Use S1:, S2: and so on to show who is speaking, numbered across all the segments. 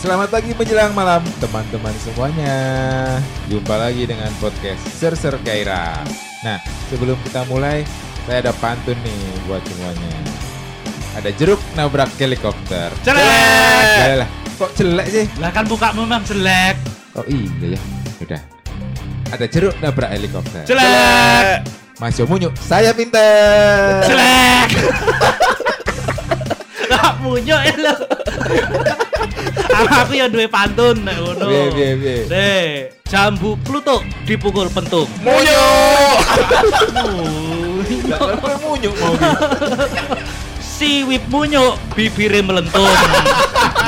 S1: Selamat pagi menjelang malam teman-teman semuanya. Jumpa lagi dengan podcast Serser Kaira. Nah, sebelum kita mulai, saya ada pantun nih buat semuanya. Ada jeruk nabrak helikopter.
S2: Jelek.
S1: Yalah, kok jelek sih?
S2: Lah kan buka memang jelek.
S1: Oh iya ya, udah. Ada jeruk nabrak helikopter.
S2: Jelek.
S1: Mas Yomunyu, saya pinter.
S2: Jelek. Lah munyo ya lo. Aku yang duwe pantun nek ngono.
S1: Piye, piye, piye.
S2: Deh, jambu klutuk dipukul pentung.
S1: Munyu.
S2: Munyo.
S1: Munyu mau gitu.
S2: Siwip munyo bibire melentung.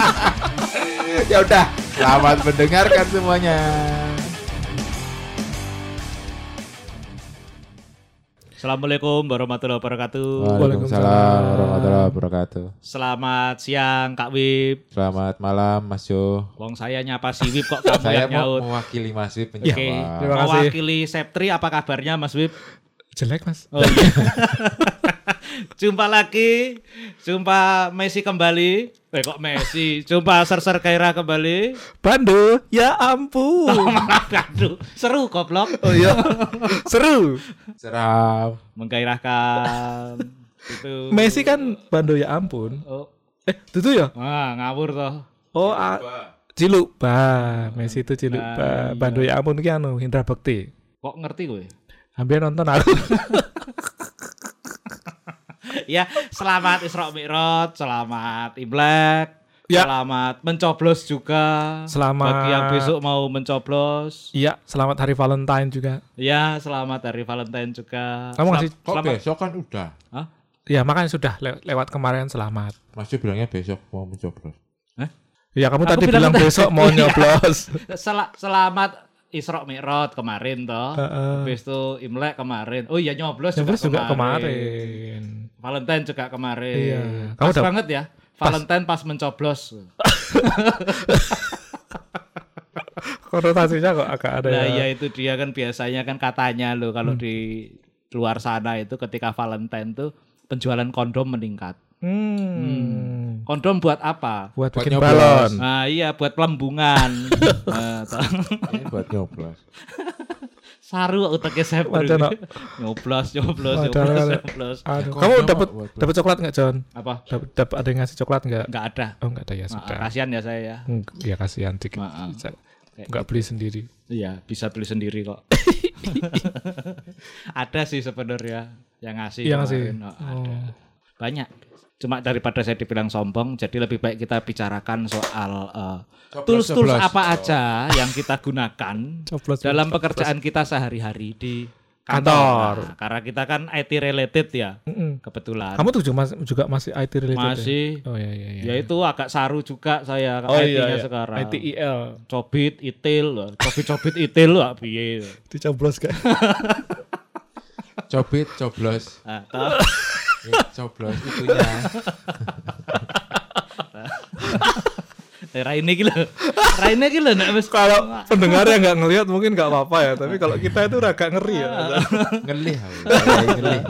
S1: ya udah selamat mendengarkan semuanya
S2: Assalamualaikum warahmatullahi wabarakatuh.
S1: Waalaikumsalam warahmatullahi wabarakatuh
S2: Selamat siang Kak Wip.
S1: selamat malam Mas Jo
S2: Wong saya nyapa si Wip kok kamu
S1: saya
S2: yang
S1: mau
S2: nyaut.
S1: mewakili Mas Wib menjawab
S2: Oke,
S3: Terima kasih.
S2: mewakili Septri apa kabarnya Mas Wip?
S3: Jelek mas.
S2: Oh, iya. jumpa lagi, jumpa Messi kembali. Eh kok Messi? Jumpa Serser Kaira kembali.
S3: Bando, ya ampun.
S2: Aduh, seru goblok.
S3: Oh iya. Seru.
S1: seram
S2: Menggairahkan. Itu.
S3: Messi kan Bando ya ampun.
S2: Oh.
S3: Eh, itu ya?
S2: Wah, ngawur toh.
S3: Oh, a- Ciluk Ba. Messi itu Ciluk
S2: Ah,
S3: Ba.
S2: iya.
S3: Bando ya ampun ki anu Indra Bekti.
S2: Kok ngerti gue?
S3: Hampir nonton aku.
S2: ya, selamat Isra Mi'raj, selamat Imlek.
S3: Ya.
S2: Selamat mencoblos juga.
S3: Selamat-
S2: bagi yang besok mau mencoblos.
S3: Iya, selamat hari Valentine juga.
S2: Ya, selamat hari Valentine juga.
S3: Kamu ya?
S2: Selam-
S3: ngasih-
S1: kok
S2: selamat-
S1: besok kan udah
S2: Hah?
S3: Ya, makanya sudah le- lewat kemarin selamat.
S1: Mas Jo bilangnya besok mau mencoblos
S3: Ya, kamu
S2: Aku
S3: tadi
S2: bilang
S3: bilang
S2: tadi.
S3: besok mau
S2: Iya.
S3: nyoblos.
S2: Sel- selamat Isra Mi'raj kemarin toh.
S3: Heeh.
S2: Habis itu Imlek kemarin. Oh iya nyoblos
S3: Nyoblos juga
S2: juga, kemarin.
S3: kemarin.
S2: Valentine juga kemarin.
S3: Iya.
S2: Pas
S3: Kamu udah-
S2: banget ya. Valentine pas mencoblos.
S3: Konotasinya kok agak ada.
S2: Nah,
S3: ya. Hmm.
S2: iya itu dia kan biasanya kan katanya loh kalau di luar sana itu ketika Valentine tuh penjualan kondom meningkat.
S3: Hmm.
S2: Kondom buat apa?
S3: Buat,
S1: Buat
S3: bikin
S1: nyoblos.
S3: balon.
S2: Nah, iya buat pelembungan. Nah, toh.
S1: ini Iya, buat nyoblos
S2: Saru uteknya saya
S3: Wadah, no.
S2: nyoblos, nyoblos,
S3: Wadah,
S2: nyoblos,
S3: no.
S2: nyoblos.
S3: Aduh,
S1: Kok
S3: kamu
S1: dia
S3: dapat
S1: mau buat-
S3: dapat coklat nggak John?
S2: Apa?
S3: Dapat dapat ada yang ngasih coklat nggak?
S2: Enggak ada.
S3: Oh nggak ada ya
S2: Nah,
S3: sudah.
S2: kasihan ya saya ya.
S3: Hmm, ya kasihan dikit.
S2: Maaf.
S3: Saya
S2: Kayak gitu.
S3: Nggak beli sendiri.
S2: Iya, bisa beli sendiri kok. ada sih sebenarnya yang ngasih.
S3: Iya ngasih.
S2: kemarin. Oh, ada.
S3: Oh.
S2: Banyak. Cuma daripada saya dibilang sombong, jadi lebih baik kita bicarakan soal eh,
S1: Coblos,
S2: tools-tools
S1: coblos.
S2: apa aja yang kita gunakan
S3: Coblos,
S2: dalam
S3: coblos,
S2: pekerjaan kita sehari-hari di
S3: Kantor.
S2: kantor. Nah, karena kita kan IT related ya,
S3: Mm-mm.
S2: kebetulan.
S3: Kamu tuh juga masih juga masih IT related. ya?
S2: Masih.
S3: Oh iya iya iya.
S2: Ya itu agak saru juga saya
S3: Oh iya,
S2: IT-nya
S3: iya.
S2: sekarang.
S3: ITIL
S2: Cobit itil, loh. cobit-cobit itil Iya. lah piye.
S3: dicoblos kayak.
S1: cobit coblos
S2: Ah, toh.
S1: Ya, coblos itunya
S2: Ra ini gila. Ra ini gila nek wis
S3: kalau pendengar yang nggak ngelihat mungkin nggak apa-apa ya, tapi kalau kita itu agak ngeri ya.
S1: ngelih aku, mulai ngelih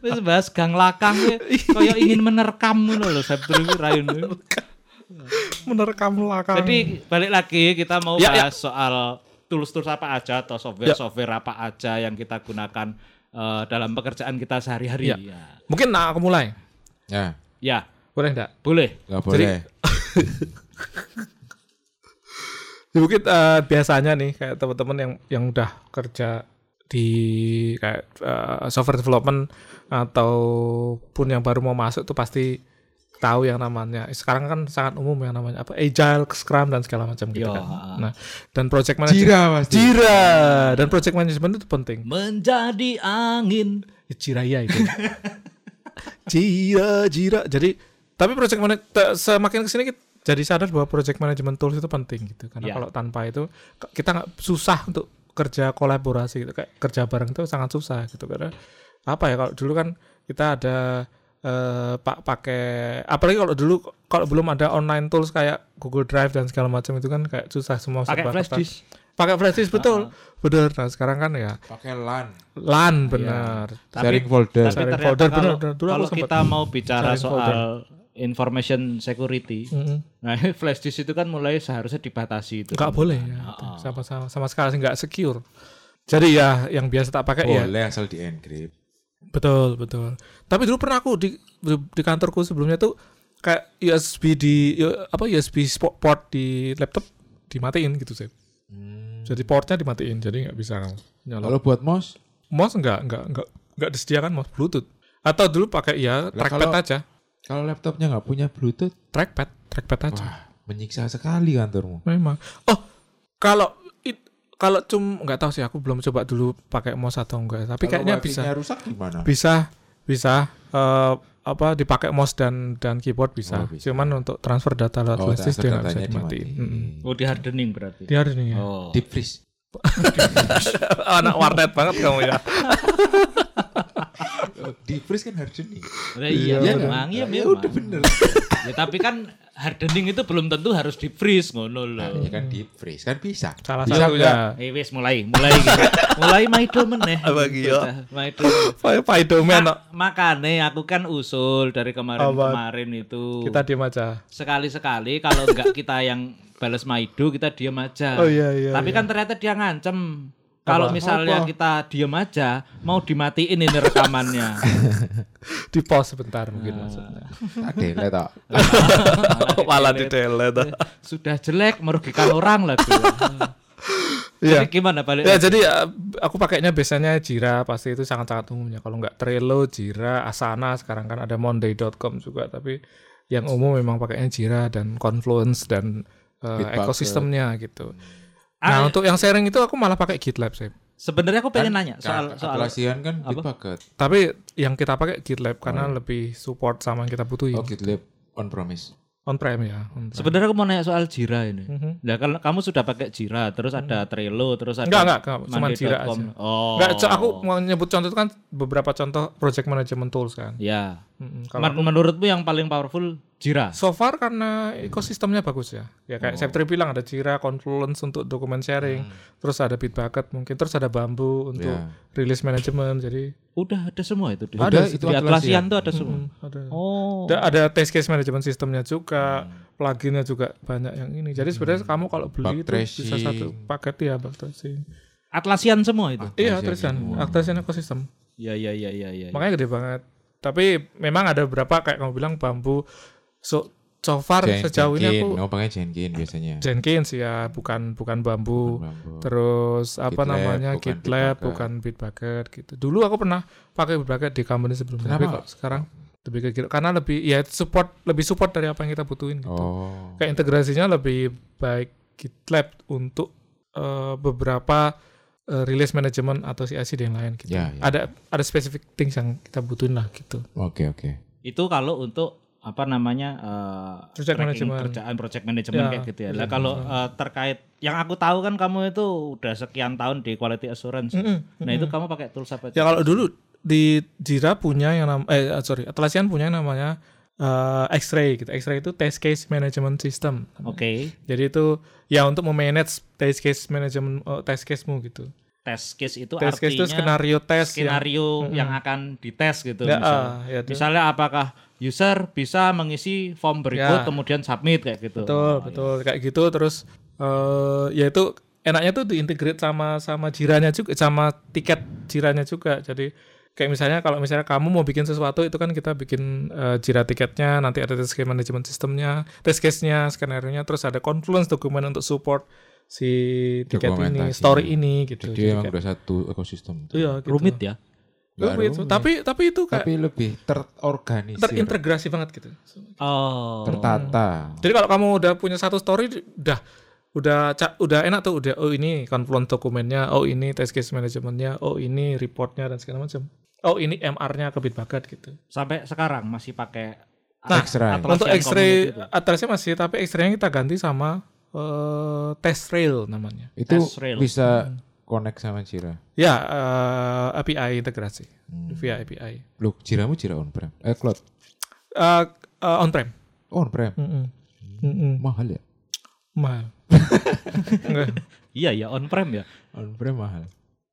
S2: wis bahas gang lakang ya. Kayak ingin menerkam ngono lho Sabtu iki ra ini.
S3: Menerkam lakang.
S2: Jadi balik lagi kita mau
S3: Ya, ya.
S2: bahas soal tools-tools apa aja atau software-software apa aja yang kita gunakan eh, dalam pekerjaan kita sehari-hari.
S3: Ya.
S2: Ya.
S3: mungkin nah, aku mulai.
S1: ya
S2: ya,
S3: Boleh enggak?
S2: boleh.
S1: nggak boleh
S3: Ya, mungkin eh, biasanya nih kayak teman-teman yang yang udah kerja di kayak eh, software development ataupun yang baru mau masuk tuh pasti tahu yang namanya sekarang kan sangat umum yang namanya apa agile, scrum dan segala macam gitu
S2: Yo,
S3: kan.
S2: ah.
S3: Nah, dan project management
S1: Iya. jira pasti
S3: Jira dan project management itu penting.
S2: Menjadi angin
S3: Jiraya itu. jira, jira. Jadi tapi project mana te- semakin kesini kita jadi sadar bahwa project management tools itu penting gitu. Karena
S2: Ya.
S3: kalau tanpa itu k- kita nggak susah untuk kerja kolaborasi gitu. Kayak kerja bareng itu sangat susah gitu karena apa ya kalau dulu kan kita ada eh, pak pakai apalagi kalau dulu kalau belum ada online tools kayak Google Drive dan segala macam itu kan kayak susah semua
S2: pakai
S3: serba
S2: flash
S3: kertas.
S2: disk.
S3: pakai flash disk betul bener nah sekarang kan ya
S1: pakai lan
S3: LAN bener
S2: Tapi-
S1: sharing folder
S2: Tapi
S3: Sharing
S2: ternyata
S1: Iya.
S3: folder,
S2: kalau,
S3: benar, benar. Dulu aku
S2: kalau
S3: sempat
S2: kita mau bicara
S3: sharing
S2: soal information security.
S3: Mm-mm.
S2: Nah, flash disk itu kan mulai seharusnya dibatasi itu.
S1: Gitu
S3: nggak boleh
S1: kan.
S3: ya. sama, sama sama sekali nggak secure jadi ya yang biasa tak pakai ya
S1: Boleh asal di encrypt.
S3: betul betul tapi dulu pernah aku di di di kantorku sebelumnya tuh kayak USB di ya, apa USB spo- port di laptop dimatiin gitu sih
S1: Hmm.
S3: jadi portnya dimatiin jadi nggak bisa nyala
S1: Kalau buat mouse,
S3: mouse nggak nggak nggak nggak disediakan mouse Bluetooth atau dulu pakai ya trackpad
S1: kalau-
S3: aja
S1: kalau laptopnya nggak punya Bluetooth,
S3: trackpad trackpad aja
S1: wah menyiksa sekali kantormu.
S3: Memang. Oh, kalau it- kalau cum nggak tahu sih aku belum coba dulu pakai mouse atau enggak, tapi
S1: Kalau
S3: kayaknya bisa
S1: wifi-nya rusak gimana?
S3: bisa bisa eh, apa dipakai mouse dan dan keyboard
S1: Oh,
S3: bisa.
S1: bisa.
S3: Cuman untuk transfer data lewat
S1: Oh,
S3: flash
S1: transfer
S3: disk dia nggak bisa
S1: datanya
S3: dimatiin. Mm-mm.
S1: dimatiin.
S2: Oh, di hardening berarti.
S3: Dia harus nih.
S2: Oh.
S1: Deep freeze.
S3: Anak warnet banget kamu ya.
S1: Deep freeze kan hardening.
S2: Nah, iya,
S1: Iya,
S2: memang, iya
S1: Ya
S2: memang.
S1: udah bener.
S2: Ya, tapi kan hardening itu belum tentu harus di freeze ngono loh.
S1: Ya kan deep freeze kan bisa.
S3: Salah
S1: bisa nggak?
S3: satunya.
S2: Eh wis mulai, mulai gitu. mulai maido meneh. Gitu, dah, Maido.
S3: Fido
S2: Ma-
S3: men
S2: makane aku kan usul dari kemarin-kemarin itu.
S3: kita diem aja.
S2: Sekali-sekali kalau enggak kita yang balas maido, kita diam aja.
S3: Oh, iya, iya,
S2: Tapi kan ternyata dia ngancem. Kalau misalnya kita diam aja, mau dimatiin ini rekamannya.
S3: Di pause sebentar mungkin
S1: Ah.
S3: maksudnya.
S1: Tak delete tok.
S3: Malah di delete.
S2: Sudah jelek merugikan orang lagi.
S3: Iya.
S2: Jadi gimana balik?
S3: Ya jadi ya, aku pakainya biasanya Jira pasti itu sangat-sangat umum ya. Kalau nggak Trello, Jira, Asana sekarang kan ada Monday.com juga tapi yang umum memang pakainya Jira dan Confluence dan eh,
S1: Bitbucket.
S3: ekosistemnya gitu.
S2: Ah,
S3: Nah untuk yang sharing itu aku malah pakai GitLab sih.
S2: Sebenarnya aku
S3: Kan
S2: pengen nanya soal
S1: Soal
S2: soal
S1: Atlassian kan Bitbucket.
S3: Tapi yang kita pakai GitLab karena lebih support sama yang kita butuhin
S1: Oh GitLab on promise.
S3: on prem ya. on-prem.
S2: sebenarnya aku mau nanya soal Jira ini.
S3: Mhm.
S2: Nah, kalau kamu sudah pakai Jira, terus ada Trello, terus ada
S3: Enggak, enggak, enggak, cuma
S2: Monday.com.
S3: Jira aja.
S2: Oh.
S3: Nggak, co- aku mau nyebut contoh itu kan beberapa contoh project management tools kan.
S2: Ya.
S3: Mm-mm. Kalau
S2: Men- menurutmu yang paling powerful Jira?
S3: So far karena ekosistemnya bagus ya. Ya kayak Septri bilang ada Jira, Confluence untuk dokumen sharing, terus ada Bitbucket mungkin, terus ada Bamboo untuk
S1: Ya.
S3: rilis manajemen. Jadi
S2: Udah ada semua itu di.
S1: Udah,
S2: di
S1: itu
S2: Atlassian tuh ada semua.
S3: hmm, ada.
S2: Oh.
S3: Ada, ada test case manajemen sistemnya juga, pluginnya juga banyak yang ini. Jadi sebenarnya kamu kalau beli itu bisa
S1: Backtracing.
S3: satu paket ya backtracing.
S2: Atlassian semua itu.
S3: Iya, terusan Atlassian ekosistem.
S2: Ya ya ya ya ya.
S3: Makanya gede banget. Tapi memang ada beberapa kayak kamu bilang Bamboo so, so far
S1: Jen-
S3: sejauh ini
S1: Jenkin.
S3: aku
S1: Kamu pakai Jenkin Oh, biasanya.
S3: Jenkins ya, bukan bukan bambu.
S1: Bambu.
S3: Terus apa
S1: GitLab,
S3: namanya
S1: bukan
S3: GitLab,
S1: Bitbucket.
S3: bukan Bitbucket gitu. Dulu aku pernah pakai Bitbucket di company sebelumnya. Tapi
S1: Kenapa?
S3: kok sekarang lebih ke Git- karena lebih ya support lebih support dari apa yang kita butuhin gitu.
S1: Oh.
S3: Kayak integrasinya lebih baik GitLab untuk eh, beberapa eh, release manajemen atau CICD yang lain gitu.
S1: Ya, ya.
S3: Ada ada specific things yang kita butuhin lah gitu.
S1: Oke oke.
S2: Itu kalau untuk apa namanya eh,
S3: Project
S2: tracking
S3: management.
S2: kerjaan project management
S3: Ya,
S2: kayak gitu ya. Lah kalau eh, terkait yang aku tahu kan kamu itu udah sekian tahun di quality assurance. Nah, itu kamu pakai tools apa?
S3: Ya kalau dulu di Jira punya yang nam eh sorry Atlassian punya yang namanya eh, X-ray gitu. X-ray itu test case management system.
S2: Oke,
S3: Jadi itu ya untuk memanage test case management eh, test case-mu gitu.
S2: test case itu
S3: Test
S2: artinya
S3: case itu skenario tes yang-
S2: skenario yang akan dites gitu
S3: Ya,
S2: misalnya.
S3: ah, ya, itu.
S2: Misalnya apakah user bisa mengisi form berikut kemudian submit kayak gitu.
S3: Ya. Betul, betul kayak gitu terus eh ya itu enaknya tuh diintegrate sama sama jiranya juga sama tiket jiranya juga. Jadi kayak misalnya kalau misalnya kamu mau bikin sesuatu itu kan kita bikin eh, jira tiketnya, nanti ada test case management sistemnya, test case-nya, skenario-nya, terus ada confluence dokumen untuk support si tiket ini,
S1: Dokumentasi.
S3: story ini gitu.
S1: Jadi emang
S3: kayak-
S1: udah satu ekosistem.
S3: iya, gitu.
S2: Rumit ya.
S1: Nggak
S3: Rumit.
S1: rumit.
S3: Tapi tapi itu kayak
S1: Tapi lebih terorganisir,
S3: terintegrasi banget gitu.
S2: Oh.
S1: tertata.
S3: Jadi kalau kamu udah punya satu story udah udah ca- udah enak tuh udah oh ini konfront dokumennya, oh ini test case manajemennya, oh ini reportnya dan segala macam. Oh ini MR-nya ke Bitbucket gitu.
S2: Sampai sekarang masih pakai
S3: Nah,
S1: X-ray.
S2: Atlassian
S3: Untuk X-ray
S2: Community itu.
S3: atasnya masih tapi X-ray-nya kita ganti sama eh, test rail namanya.
S1: Itu
S2: Test Hmm. rail.
S1: bisa connect sama Jira.
S3: Ya eh, API integrasi
S2: Hmm.
S3: via API
S1: Loh, Jiramu Jira on-prem. Eh, cloud. Oh,
S3: Eh, eh, on-prem.
S1: On-prem.
S3: Mm-mm. Mm-mm.
S1: Mahal ya?
S3: Mahal. Enggak.
S2: Iya ya on prem ya.
S1: On-prem mahal.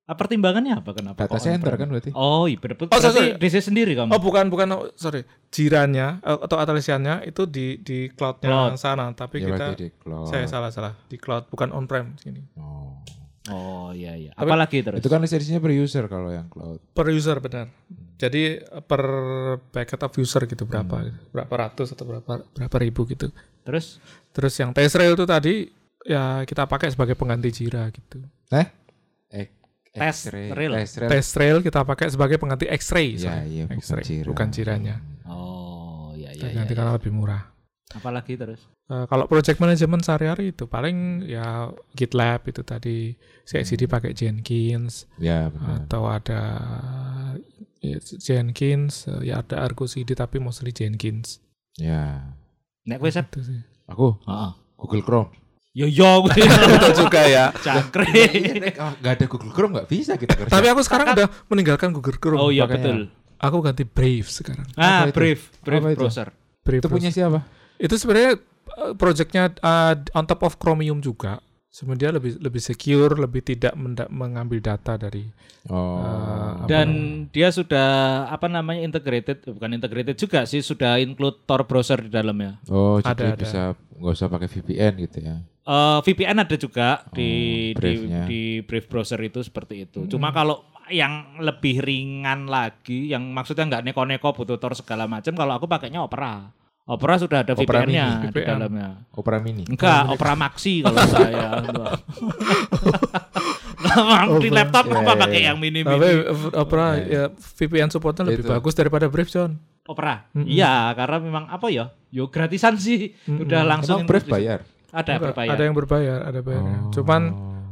S2: Ah, Pertimbangannya apa kenapa?
S1: Data
S2: kok
S1: center
S2: on-prem?
S1: kan berarti.
S2: Oh iya bener
S3: Oh, sorry,
S2: Berarti
S3: sorry.
S2: DC sendiri kamu
S3: Oh bukan bukan oh, sorry jirannya eh, atau atalisiannya itu di di cloudnya
S2: Cloud. Iya,
S3: sana tapi
S1: Ya
S3: kita
S1: berarti di cloud.
S3: saya salah salah di cloud bukan on prem sini
S1: Oh.
S2: Oh iya iya. Apalagi terus?
S1: Itu kan lisensinya per user kalau yang cloud.
S3: per user benar jadi eh, per packet of user gitu berapa
S2: Hmm.
S3: gitu. berapa ratus atau berapa berapa ribu gitu
S2: Terus
S3: terus yang Tesrail itu tadi ya kita pakai sebagai pengganti Jira gitu
S1: Eh? Eh,
S2: Test
S1: X-ray.
S2: reel.
S1: Test reel.
S3: Tesrail kita pakai sebagai pengganti
S1: Ya,
S3: X-ray sorry.
S1: iya, bukan
S3: X-ray,
S1: Jira.
S3: bukan Jiranya
S2: Oh iya iya.
S3: Kita
S2: iya,
S3: ganti
S2: iya.
S3: karena lebih murah
S2: Apalagi terus?
S3: Eh, kalau project management sehari-hari itu paling ya GitLab itu tadi CI/CD pakai Jenkins
S1: Ya, benar.
S3: atau ada ya, Jenkins eh, ya ada Argo CD tapi mostly Jenkins
S1: Ya. Nah,
S2: Nek kowe sep.
S3: itu sih
S1: Aku
S2: Heeh.
S1: Google Chrome.
S2: Yo yo kowe
S3: juga ya
S2: cangkrik.
S1: Ah, nggak ada Google Chrome nggak bisa kita kerja.
S3: tapi aku sekarang udah meninggalkan Google Chrome
S2: Oh iya
S1: Makanya.
S2: betul.
S3: aku ganti Brave sekarang
S2: Ah
S1: Apa itu?
S2: brief, brief
S1: Apa itu?
S2: browser.
S3: Brave
S1: itu punya siapa?
S3: itu sebenarnya eh, projectnya eh, on top of Chromium juga sebenarnya lebih lebih secure lebih tidak menda- mengambil data dari eh,
S1: Oh.
S3: Apa
S2: Dan dia sudah apa namanya integrated, eh, bukan integrated juga sih, sudah include Tor browser di dalamnya.
S1: oh,
S3: ada,
S1: jadi
S3: ada.
S1: bisa nggak usah pakai VPN gitu ya.
S2: Eh VPN ada juga
S1: Oh, Hmm.
S2: di di
S1: briefnya.
S2: di brief browser itu seperti itu. Cuma kalau yang lebih ringan lagi, yang maksudnya nggak neko-neko butuh Tor segala macam, kalau aku pakainya Opera. Opera sudah ada
S1: Opera
S2: VPN-nya di
S3: VPN.
S2: dalamnya.
S1: Opera Mini.
S2: Enggak, Opera Maxi kalau saya. Nah, di laptop
S1: Iya,
S2: apa
S1: iya,
S2: pakai
S1: iya.
S2: yang mini
S3: Tapi
S2: mini
S3: eh, Opera ya VPN supportnya
S1: Oh,
S3: lebih
S1: Itu.
S3: bagus daripada Brave John.
S2: Opera? Iya, karena memang apa ya? Yo gratisan sih. Udah langsung
S1: Emang Brave
S2: include di-
S1: bayar?
S2: Ada ya?
S3: Ada,
S2: berbayar.
S3: ada yang berbayar, ada bayarnya.
S1: Oh.
S3: Cuman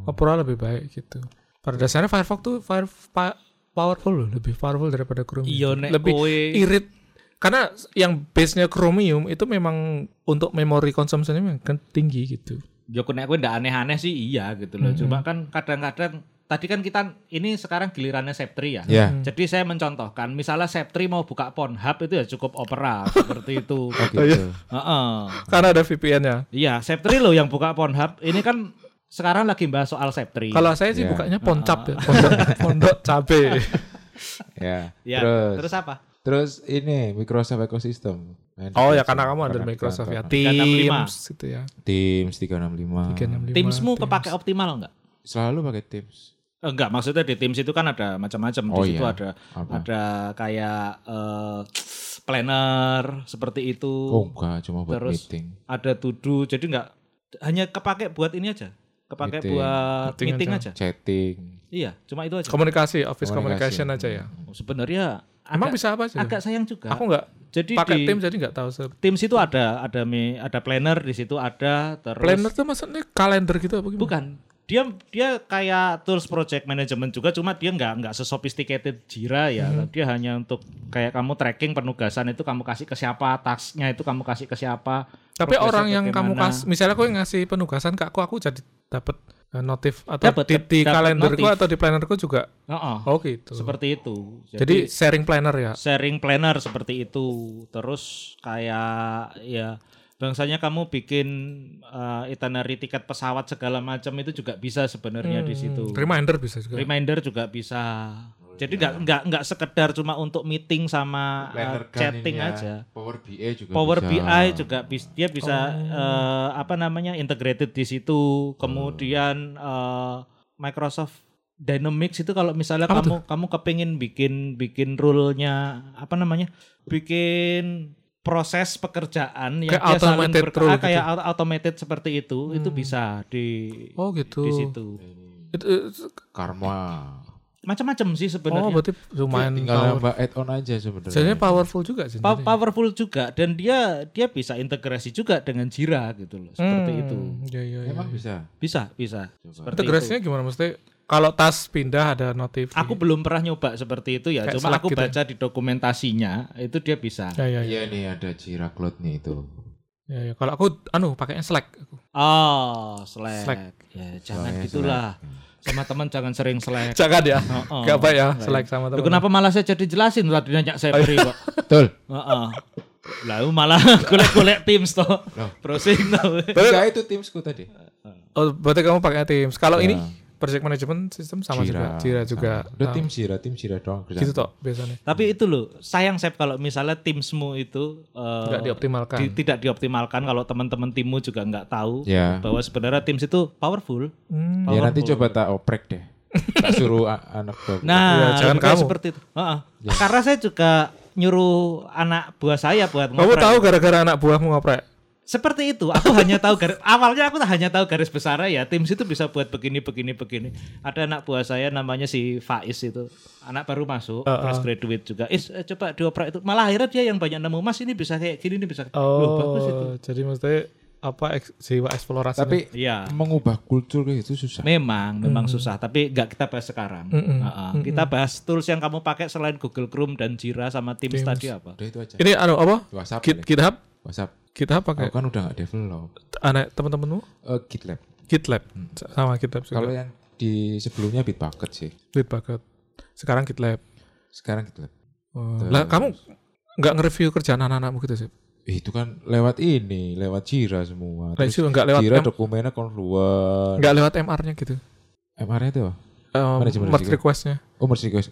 S3: Opera lebih baik gitu. Pada dasarnya Firefox tuh fire, pa- powerful loh, lebih powerful daripada Chromium.
S2: Iya, nek
S3: lebih
S2: kowe-
S3: irit karena yang base-nya Chromium itu memang untuk memori consumption-nya memang kan tinggi gitu.
S2: Yo nek kowe ndak aneh-aneh sih iya gitu loh. Cuma kan kadang-kadang tadi kan kita ini sekarang gilirannya Septri ya.
S1: Ya.
S2: Jadi saya mencontohkan misalnya Septri mau buka Pornhub itu ya cukup Opera seperti itu.
S1: Gitu.
S2: Heeh.
S3: Karena ada VPN-nya.
S2: Iya, Septri loh yang buka Pornhub. Ini kan sekarang lagi bahas soal Septri.
S3: Kalau saya sih
S1: Iya.
S3: bukanya
S2: Ah,
S3: poncap ya, pondok, pondok cabe.
S1: Ya.
S2: ya,
S1: Terus,
S2: terus,
S1: terus,
S2: apa?
S1: ini Microsoft Ecosystem.
S3: Oh ya karena kamu under
S1: Karena
S3: Microsoft ya,
S1: kantor.
S2: 365.
S3: Teams gitu ya.
S1: Teams 365.
S3: 365.
S2: Ah. Teamsmu
S3: Teams.
S2: kepake optimal enggak?
S1: Selalu pakai Teams.
S2: Enggak, maksudnya di Teams itu kan ada macam-macam. Di
S1: Oh,
S2: situ
S1: iya.
S2: ada
S1: Apa?
S2: ada kayak eh, planner seperti itu.
S1: Oh enggak, cuma buat
S2: Terus-
S1: meeting.
S2: Ada to do. Jadi enggak hanya kepake buat ini aja. Kepake
S1: Meeting.
S2: buat
S3: Meeting
S2: meeting,
S3: aja.
S2: aja.
S1: Chatting.
S2: Iya, cuma itu aja.
S3: Komunikasi, office
S1: Komunikasi.
S3: communication aja ya.
S2: Sebenarnya
S3: Emang
S2: agak,
S3: bisa apa sih?
S2: agak sayang juga.
S3: Aku nggak
S2: jadi
S3: pakai
S2: di
S3: tim jadi nggak tahu. se-
S2: Teams itu ada ada me- ada planner di situ ada terus
S3: Planner tuh maksudnya kalender gitu apa gimana?
S2: Bukan. Dia dia kayak tools project management juga, cuma dia nggak nggak sesophisticated Jira ya.
S3: Mhm.
S2: Dia hanya untuk kayak kamu tracking penugasan itu kamu kasih ke siapa, tasknya itu kamu kasih ke siapa.
S3: Tapi
S2: progresnya
S3: orang yang kamu
S2: bagaimana.
S3: kasih, misalnya aku yang ngasih penugasan ke aku, aku jadi dapat notif atau
S2: Dapet,
S3: di, di
S2: dapet
S3: kalenderku
S2: notif.
S3: atau di plannerku juga.
S2: Heeh,
S3: Oh gitu.
S2: Seperti itu.
S3: jadi sharing planner ya.
S2: sharing planner seperti itu terus kayak ya bangsanya kamu bikin eh, itinerary tiket pesawat segala macam itu juga bisa sebenarnya di situ
S3: Reminder bisa Hmm. juga.
S2: reminder juga bisa
S1: Oh,
S2: jadi nggak nggak nggak sekedar cuma untuk meeting
S1: iya.
S2: sama eh,
S1: Planner kan
S2: chatting
S1: ini ya.
S2: aja
S1: Power BI juga
S2: Power
S1: bisa.
S2: BI juga bis- dia bisa eh, apa namanya integrated di situ. Kemudian eh, Microsoft Dynamics itu kalau misalnya
S3: Apa
S2: kamu kamu kepingin bikin bikin rule-nya apa namanya? bikin proses pekerjaan yang
S3: Kayak
S2: dia saling
S3: automated
S2: berka-
S3: rule gitu.
S2: ah,
S3: Hmm.
S2: kayak au- automated seperti itu, itu bisa di
S3: Oh gitu.
S2: di situ.
S3: Itu- itu-
S1: Karma.
S2: Macam-macam sih
S3: oh
S2: sebenarnya.
S3: berarti lumayan
S1: Tinggal
S3: power-
S1: nambah add on aja sebenarnya.
S3: Jadinya powerful juga sih.
S2: Pa- powerful juga dan dia dia bisa integrasi juga dengan Jira gitu loh, seperti itu.
S3: Iya iya. iya.
S1: Emang bisa.
S2: Bisa, bisa. Seperti itu.
S3: Integrasinya gimana mesti? Kalau tas pindah ada notif.
S2: Aku belum pernah nyoba seperti itu ya.
S3: Kayak
S2: Cuma
S3: Slack
S2: aku
S3: gitu ya.
S2: baca di dokumentasinya itu dia bisa.
S3: Ya ya ya.
S1: Iya nih ada Jira Cloud nih itu.
S3: ya, ya. Kalau aku anu pakainya Slack aku.
S2: Oh, Slack.
S3: Slack.
S2: Ya, jangan
S1: Soalnya
S2: gitulah. Sama teman jangan sering Slack.
S3: Jangan ya.
S2: Oh, oh.
S3: Gak baik ya Slack sama
S2: Loh,
S3: teman.
S2: kenapa malah saya jadi jelasin tadi nanya
S3: Oh,
S2: saya beri
S3: iya.
S2: kok.
S1: Betul.
S2: Heeh. Lalu malah golek-golek Teams toh.
S1: Loh.
S2: Browsing toh.
S1: Enggak itu Teamsku tadi.
S3: Oh, berarti kamu pakai Teams. Kalau ini project management system sama juga Jira juga
S1: Iya. sama. Udah
S3: Nah,
S1: tim Jira, tim Jira doang kerjaan.
S3: gitu toh biasanya
S2: Tapi itu loh, sayang Sep kalau misalnya timsmu itu eh,
S3: nggak dioptimalkan
S2: di- tidak dioptimalkan kalau teman-teman timmu juga nggak tahu
S1: Ya.
S3: Iya.
S2: bahwa sebenarnya tim itu powerful.
S3: Hmm,
S1: Ya
S2: Powerful.
S1: nanti coba tak oprek deh. Tak suruh a- anak gue.
S3: Ya,
S2: Nah,
S3: jangan
S2: lebih baik
S3: kamu. Iya.
S2: seperti itu. Heeh. Karena saya juga nyuruh anak buah saya buat
S3: kamu
S2: ngoprek.
S3: tahu gara-gara anak buahmu ngoprek
S2: Seperti itu. Aku hanya tahu garis awalnya aku hanya tahu garis besarnya ya tim itu bisa buat begini begini begini. Ada anak buah saya namanya si Faiz itu. Anak baru masuk, fresh graduate juga. Is eh, coba dioprek itu. Malah akhirnya dia yang banyak nemu, "Mas, ini bisa kayak gini, ini bisa." Loh, bagus itu.
S3: oh jadi maksudnya apa eks- jiwa eksplorasi
S1: Tapi
S2: Iya.
S1: mengubah kultur kayak itu susah.
S2: Memang, memang
S3: Hmm.
S2: susah. Tapi nggak kita bahas sekarang. Heeh. Kita bahas tools yang kamu pakai selain Google Chrome dan Jira sama Teams, tadi apa?
S1: Udah itu aja.
S3: ini anu apa
S1: WhatsApp.
S3: Git,
S1: kali.
S3: GitHub
S1: WhatsApp.
S3: GitHub
S1: Aku
S3: pakai
S1: kan udah nggak develop.
S3: anak teman-temanmu
S1: Eh, GitLab.
S3: GitLab sama GitLab
S1: Hmm. Kalau
S3: juga
S1: yang di sebelumnya Bitbucket sih.
S3: Bitbucket sekarang GitLab
S1: Sekarang GitLab.
S3: Oh, lah kamu nggak nge-review kerjaan anak-anakmu gitu sih
S1: Eh, Itu kan lewat ini, lewat Jira semua. Terus
S3: Review Nah, nggak lewat
S1: Jira
S3: M-
S1: dokumennya Confluence.
S3: nggak lewat MR-nya gitu
S1: MR-nya itu apa?
S3: Um,
S1: Manajemen
S3: merge
S1: risiko.
S3: request-nya
S1: Oh, Mercy Guys.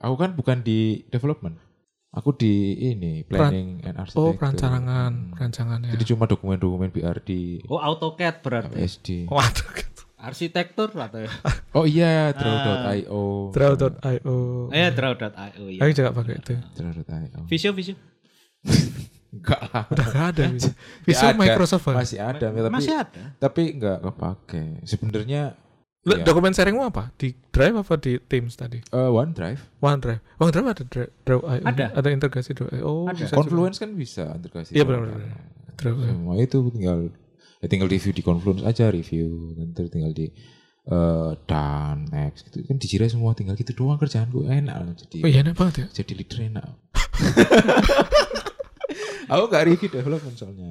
S1: Aku kan bukan di development. Aku di ini, planning and architecture. Hmm.
S3: oh perancangan Ya. perancangannya
S1: Jadi cuma dokumen-dokumen BRD,
S2: Oh, AutoCAD berarti.
S1: SD.
S3: waduh gitu
S2: Arsitektur atau ya?
S1: Oh iya,
S3: Ah.
S1: draw.io.
S3: draw.io
S2: Eh, draw.io ya.
S3: aku juga pakai itu
S1: Draw.io.
S2: Visio, Visio.
S1: Enggak lah.
S3: udah nggak ada bisa
S1: Nggak ada.
S3: Microsoft kan
S1: Masih ada, tapi
S2: Masih ada.
S1: tapi enggak kepake. Sebenarnya
S3: Lah,
S1: ya,
S3: dokumen sharingmu apa di Drive apa di Teams tadi
S1: eh, OneDrive,
S3: OneDrive OneDrive ada Drive Drive.io
S2: Ada.
S3: ada integrasi Drive oh
S2: Ada.
S3: bisa juga.
S1: Confluence kan bisa integrasi.
S3: Iya, benar, benar, benar. Drive.io.
S1: Nah, Semua itu tinggal ya tinggal review di Confluence aja review, nanti tinggal di eh dan next gitu kan di Jira semua tinggal gitu doang kerjaan gue enak
S3: oh
S1: jadi
S3: iya enak banget ya
S1: jadi leader enak aku gak review development soalnya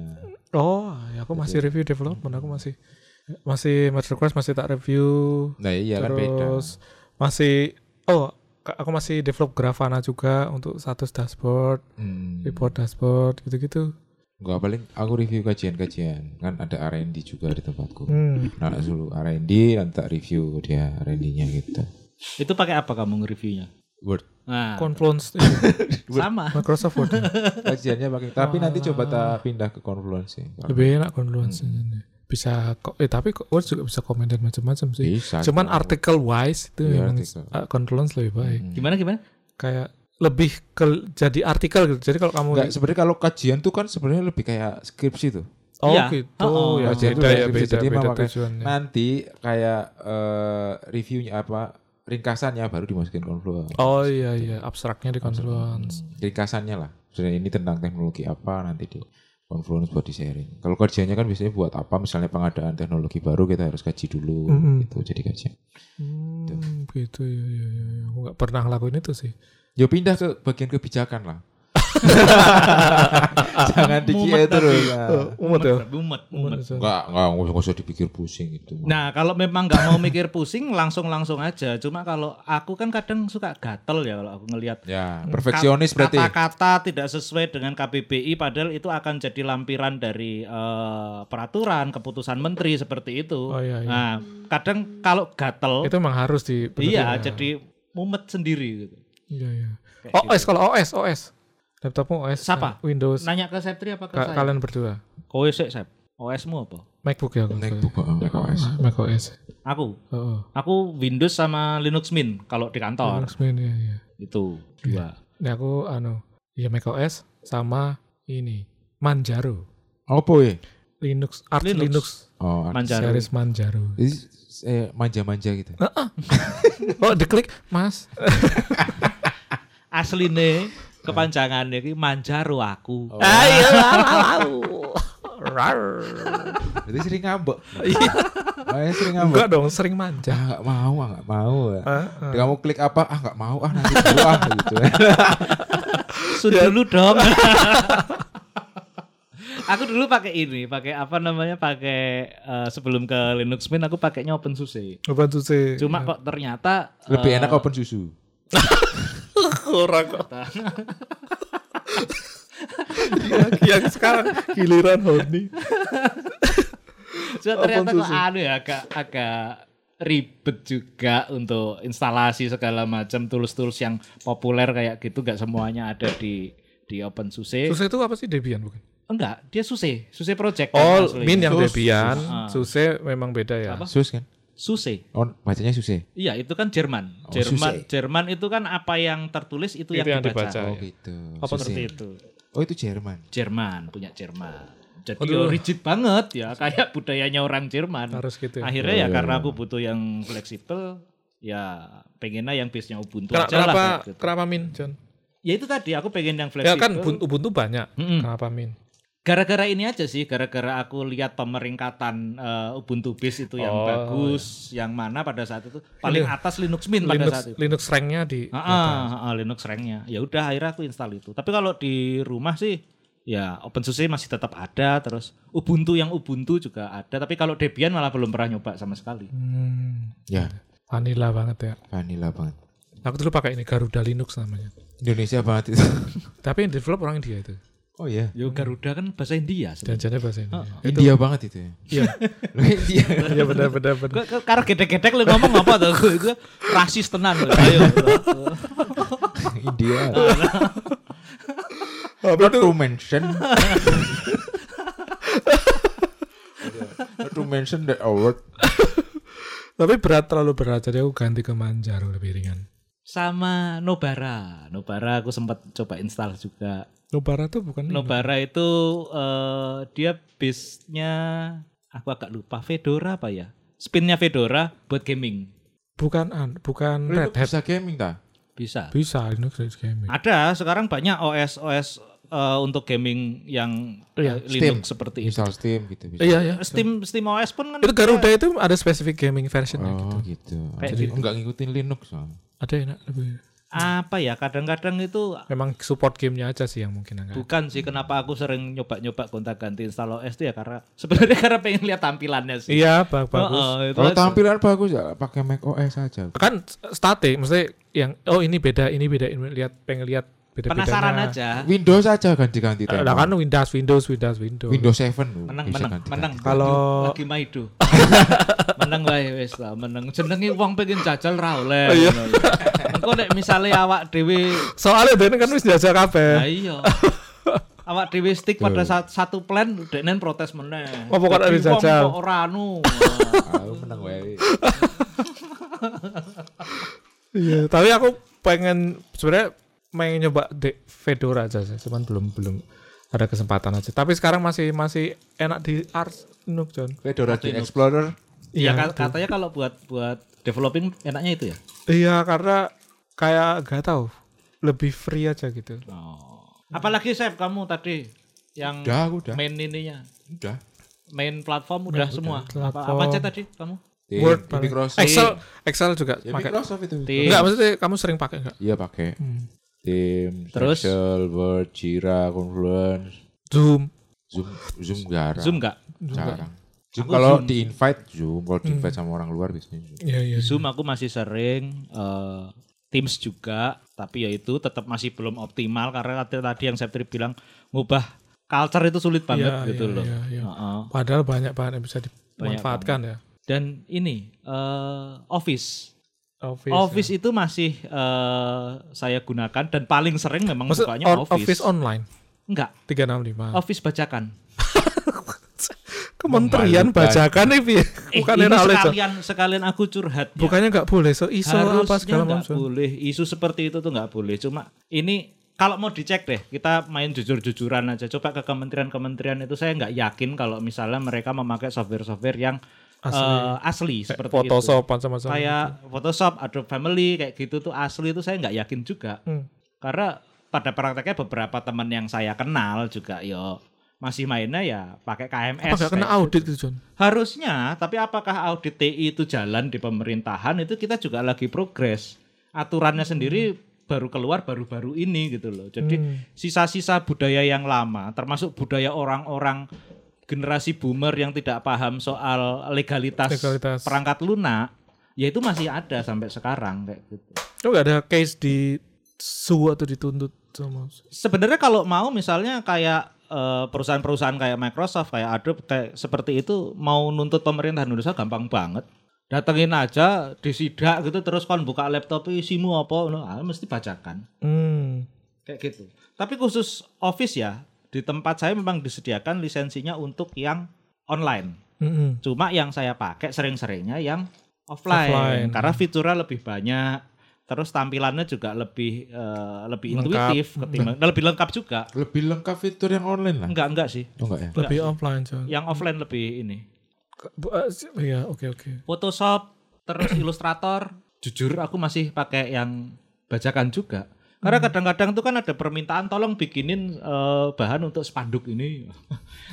S3: oh ya aku masih review development aku masih Iya. masih merge request masih tak review
S1: nah iya kan beda
S3: terus masih oh ka- aku masih develop Grafana juga untuk status dashboard
S1: Hmm.
S3: report dashboard gitu-gitu
S1: Gua paling aku review kajian-kajian kan ada R&D juga di tempatku.
S3: hmm.
S1: Nah, dulu R&D nanti tak review dia R&D-nya gitu.
S2: Itu pakai apa kamu nge-reviewnya?
S1: Word
S2: Nah,
S3: Confluence
S2: sama.
S3: Microsoft Word
S1: kajiannya pakai tapi nanti coba tak pindah ke Confluence sih.
S3: lebih enak
S1: Hmm.
S3: Confluence bisa ko- eh tapi ko- Word juga bisa komen dan macam-macam sih
S1: Bisa.
S3: cuman
S1: coba.
S3: artikel wise itu
S1: Iya,
S3: memang
S1: artikel.
S3: uh, Confluence lebih baik
S1: Hmm.
S2: Gimana gimana?
S3: kayak lebih ke jadi artikel gitu jadi kalau kamu
S1: Enggak, sebenarnya kalau kajian tuh kan sebenarnya lebih kayak skripsi tuh.
S3: oh
S2: Iya.
S3: gitu
S2: Oh, oh.
S3: ya
S1: Kajian tuh
S3: beda
S1: kayak
S3: ya
S1: skripsi.
S3: beda
S1: Jadi
S3: beda
S1: memang kayak-
S3: tujuannya
S1: Nanti kayak eh, reviewnya apa ringkasannya baru dimasukin Confluence.
S3: oh iya iya
S1: Gitu.
S3: abstraknya di Confluence
S1: Ringkasannya lah. Sebenarnya ini tentang teknologi apa nanti di Confluence buat di sharing. Kalau kajiannya kan biasanya buat apa misalnya pengadaan teknologi baru kita harus kaji dulu
S2: Mm-hmm.
S3: Mm-mm.
S1: gitu. Jadi kajian.
S3: Hmm, gitu ya, ya, ya, ya. Aku nggak pernah ngelakuin itu sih.
S1: Ya pindah ke bagian kebijakan lah. Jangan dikiai
S2: Mumet tapi.
S1: terus. Nah.
S3: umat ya.
S2: Umat, umat.
S1: Enggak, enggak nggak usah dipikir pusing itu.
S2: Nah, kalau memang nggak mau mikir pusing, langsung-langsung aja. Cuma kalau aku kan kadang suka gatel ya kalau aku ngelihat
S1: ya, perfeksionis berarti.
S2: kata-kata tidak sesuai dengan KBBI padahal itu akan jadi lampiran dari eh, peraturan keputusan menteri seperti itu.
S3: Oh, iya, iya.
S2: Nah, kadang kalau gatel
S3: Itu memang harus di
S2: Oh.
S3: ya.
S2: iya jadi mumet sendiri gitu.
S3: Iya, iya. OS kalau OS, OS. Laptopmu OS
S2: Siapa?
S3: eh, Windows.
S2: Nanya ke Septri apa ke
S3: Ka-
S2: saya?
S3: kalian berdua.
S2: Kowe sik, Sep. OS-mu apa?
S3: MacBook ya kalau
S1: MacBook, oh, Mac OS.
S3: saya. Mac OS.
S2: Aku.
S3: Ah, Oh, oh.
S2: Aku Windows sama Linux Mint kalau di kantor.
S3: Linux Mint ya, ya.
S2: Itu dua.
S3: Ini aku anu, ya Mac OS sama ini Manjaro.
S1: Apa ya?
S3: Linux Arch
S2: Linux.
S3: Linux,
S1: Oh, ada-
S2: Manjaro.
S3: series Manjaro.
S1: Jadi eh, manja-manja gitu.
S3: oh, diklik, Mas.
S2: Asline kepanjangannya iki Manjaro aku. Ah,
S3: Ayo, Rar.
S1: Jadi sering ngambek.
S2: Iya.
S1: Makanya sering ngambek.
S3: Enggak dong, sering manja.
S1: Ah, nggak mau, ah, nggak mau. ah.
S3: Ah,
S1: Kamu klik apa? Ah, nggak mau. Ah, nanti dulu ah gitu.
S2: Sudah dulu dong. aku dulu pakai ini, pakai apa namanya? Pakai eh, sebelum ke Linux Mint aku pakainya OpenSUSE.
S3: Apa tuh sih?
S2: Cuma kok ternyata eh,
S1: Lebih enak open susu.
S3: kurang kok. yang sekarang giliran Horny.
S2: Cuma ternyata kok
S3: OpenSUSE.
S2: anu ya agak agak ribet juga untuk instalasi segala macam tools-tools yang populer kayak gitu nggak semuanya ada di di OpenSUSE.
S3: Eh. Suse itu apa sih Debian bukan?
S2: Enggak, dia SUSE, SUSE Project. kan
S3: Oh,
S2: aslinya.
S3: Min yang
S1: Sus-
S3: Debian,
S2: Ah.
S3: Suse memang beda ya.
S2: Apa?
S1: Sus kan?
S2: SUSE.
S1: Oh, bacanya Suse.
S2: Iya, itu kan Jerman.
S1: Oh,
S2: Jerman,
S1: SUSE.
S2: Jerman itu kan apa yang tertulis itu,
S3: Itu
S2: yang,
S3: yang
S2: dibaca.
S3: dibaca.
S1: Oh
S3: Iya.
S1: gitu.
S3: Apa
S1: Suse.
S2: Seperti itu.
S1: Oh itu Jerman.
S2: Jerman, punya Jerman. Jadi
S3: Aduh.
S2: rigid banget ya, kayak budayanya orang Jerman.
S3: Harus gitu. Ya.
S2: Akhirnya
S1: Iya,
S2: ya
S1: iya,
S2: karena
S1: iya.
S2: aku butuh yang fleksibel, ya pengennya yang base-nya Ubuntu
S3: Kena-
S2: aja lah.
S3: kenapa
S2: kayak gitu.
S3: kenapa Min, John?
S2: Ya itu tadi aku pengen yang
S3: Ya
S2: fleksibel.
S3: kan Ubuntu, Ubuntu banyak.
S2: Mm-mm.
S3: Kenapa Min?
S2: Gara-gara ini aja sih, gara-gara aku lihat pemeringkatan eh, Ubuntu base itu yang
S3: Oh,
S2: bagus,
S1: iya.
S2: yang mana pada saat itu paling
S3: Linux-
S2: atas Linux Mint pada
S3: Iya. Linux
S2: saat itu.
S3: Linux rank-nya di
S2: Ah, ah, ah, Linux ranknya. Ya udah akhirnya aku install itu. Tapi kalau di rumah sih ya OpenSUSE masih tetap ada terus Ubuntu yang Ubuntu juga ada tapi kalau Debian malah belum pernah nyoba sama sekali.
S3: Hmm,
S1: Ya,
S3: vanilla banget ya.
S1: vanilla banget.
S3: Aku dulu pakai ini Garuda Linux namanya.
S1: Indonesia banget itu.
S3: Tapi yang develop orang India itu.
S1: Oh iya.
S2: Ya Garuda kan bahasa India sebenarnya.
S3: Janjinya bahasa India.
S1: India banget itu. ya.
S3: Iya.
S1: Lu India. kan?
S3: Iya benar benar benar.
S2: Gue karo gedek-gedek lu ngomong apa tuh? Gue gue rasis tenan lu. Ayo.
S1: India. Not to mention. Not to mention that award.
S3: Tapi berat terlalu berat jadi aku ganti ke Manjaro lebih ringan.
S2: Sama Nobara. Nobara aku sempat coba install juga.
S3: Nobara tuh bukan
S2: Nobara itu eh, dia base-nya aku agak lupa Fedora apa ya? Spinnya Fedora buat gaming.
S3: bukan an,
S1: Lu
S3: bukan Red
S1: itu
S3: Hat.
S1: bisa gaming tak?
S2: Bisa.
S3: Bisa Linux Linux Gaming.
S2: Ada sekarang banyak OS OS eh, untuk gaming yang
S3: Iya,
S2: eh, Linux seperti itu.
S1: Install Steam gitu bisa.
S3: Iya ya.
S2: Steam Steam OS pun kan
S3: Itu Garuda itu ada specific gaming versionnya gitu.
S1: Oh gitu.
S2: Kayak
S1: Jadi
S2: gitu.
S1: enggak ngikutin Linux soalnya.
S3: Ada enak lebih.
S2: apa ya kadang-kadang itu
S3: Memang support gamenya aja sih yang mungkin agak.
S2: bukan sih kenapa aku sering nyoba-nyoba kontak-ganti install OS itu ya karena sebenarnya karena pengen lihat tampilannya sih.
S3: Iya ba- bagus.
S2: Oh, oh, itu
S1: Kalau
S2: aja.
S1: tampilan bagus ya pakai Mac OS aja.
S3: Kan static, mesti yang oh ini beda ini beda ini lihat pengen lihat beda bedanya.
S2: penasaran aja.
S1: Windows aja ganti-ganti tema.
S3: Lah kan Windows Windows Windows Windows.
S1: Windows 7 lu
S2: Menang,
S1: bisa
S2: menang,
S1: ganti-ganti.
S2: menang.
S3: Kalau-
S2: lagi maido. menang wae wis lah, menang. Jenenge wong pengen jajal ra oleh.
S3: Oh, iya.
S2: ngono lho. Engko nek misale awak dhewe
S3: Soalnya dene kan wis jajal
S2: Lah
S3: kabeh.
S2: iya. Awak dhewe stick pada saat satu plan deknen protes meneh.
S3: Oh, pokoknya
S2: Jadi
S3: wis
S2: wong
S3: jajal.
S2: kok Ora anu.
S1: Ah, lu menang wae.
S3: Iya, tapi aku pengen sebenarnya pengen nyoba de Fedora aja sih, cuman belum belum ada kesempatan aja. Tapi sekarang masih masih enak di Ars Nook John.
S1: Fedora di Explorer.
S2: Ya,
S3: Iya,
S2: ka- katanya kalau buat buat developing enaknya itu ya.
S3: Iya, karena kayak gak tahu, lebih free aja gitu.
S2: Apalagi Chef kamu tadi yang
S1: Udah, aku udah.
S2: main ininya,
S1: Udah.
S2: main platform udah semua. Apa,
S3: Platform.
S2: apa aja tadi kamu?
S1: Di-
S3: Word
S1: di
S3: paling.
S1: Microsoft.
S3: Excel Excel juga
S1: Ya,
S3: pakai.
S1: Microsoft itu.
S2: Tim.
S3: Enggak, maksudnya kamu sering pakai enggak?
S1: Iya pakai.
S3: Hmm.
S1: Tim,
S2: Terus?
S1: Excel, Word, Jira, Confluence,
S3: Zoom.
S1: Zoom, Zoom jarang.
S2: Zoom enggak?
S3: Hmm.
S1: jarang. Hmm. Zoom kalau di invite Zoom, kalau di invite sama orang luar biasanya Zoom.
S3: Iya, iya.
S2: Zoom aku masih sering eh, Teams juga, tapi ya itu tetap masih belum optimal karena tadi, tadi yang Septri bilang ngubah culture itu sulit banget
S3: Iya,
S2: gitu
S3: iya,
S2: loh.
S3: iya, iya.
S2: Heeh.
S3: Padahal banyak banget yang bisa dimanfaatkan ya.
S2: Dan ini eh, Office.
S3: Office. ya.
S2: Office itu masih eh, saya gunakan dan paling sering memang
S3: Maksud,
S2: bukanya
S3: on-
S2: Office.
S3: office. online
S2: Enggak,
S3: 365.
S2: Office bacakan.
S3: Kementerian
S1: Memalukan.
S3: bajakan nih, piye?
S2: Eh,
S3: bukan
S2: ini
S3: era oleh John.
S2: sekalian sekalian aku curhat. ya.
S3: Bukannya nggak boleh, so iso apa
S2: Harusnya
S3: segala
S2: nggak
S3: macam.
S2: boleh isu seperti itu tuh nggak boleh cuma ini kalau mau dicek deh kita main jujur-jujuran aja coba ke kementerian-kementerian itu saya nggak yakin kalau misalnya mereka memakai software-software yang eh, asli, seperti itu
S3: Photoshop macam macam.
S2: gitu. kayak Photoshop, Adobe Family kayak gitu tuh asli itu saya nggak yakin juga
S3: Hmm.
S2: karena pada prakteknya beberapa teman yang saya kenal juga yo masih mainnya ya pakai KMS
S3: Apa nggak kena
S2: kayak
S3: audit gitu John?
S2: Harusnya, tapi apakah audit TI itu jalan di pemerintahan itu kita juga lagi progres. Aturannya sendiri baru keluar baru-baru ini gitu loh. Jadi sisa-sisa budaya yang lama, termasuk budaya orang-orang generasi boomer yang tidak paham soal legalitas,
S3: Legalitas.
S2: perangkat lunak, ya itu masih ada sampai sekarang kayak gitu.
S3: Lo nggak ada case di su atau dituntut sama
S2: Sebenarnya kalau mau misalnya kayak eh, perusahaan-perusahaan kayak Microsoft, kayak Adobe, kayak seperti itu mau nuntut pemerintahan Indonesia gampang banget. datengin aja disidak gitu terus kon buka laptop isimu apa no, ah, mesti bacakan
S3: Hmm.
S2: kayak gitu tapi khusus office ya di tempat saya memang disediakan lisensinya untuk yang online
S3: Mm-mm.
S2: cuma yang saya pakai sering-seringnya yang offline,
S3: Offline.
S2: karena fiturnya lebih banyak terus tampilannya juga lebih eh, lebih
S3: Lengkap.
S2: intuitif ketimbang lebih lengkap juga
S1: Lebih lengkap fitur yang online lah.
S2: enggak enggak sih
S1: Oh, enggak ya?
S3: Lebih offline John.
S2: yang offline lebih ini
S3: Ke- bu- eh, si- Iya, oke oke.
S2: Photoshop terus Illustrator jujur aku masih pakai yang bajakan juga karena
S3: Hmm.
S2: kadang-kadang tuh kan ada permintaan tolong bikinin eh, bahan untuk spanduk ini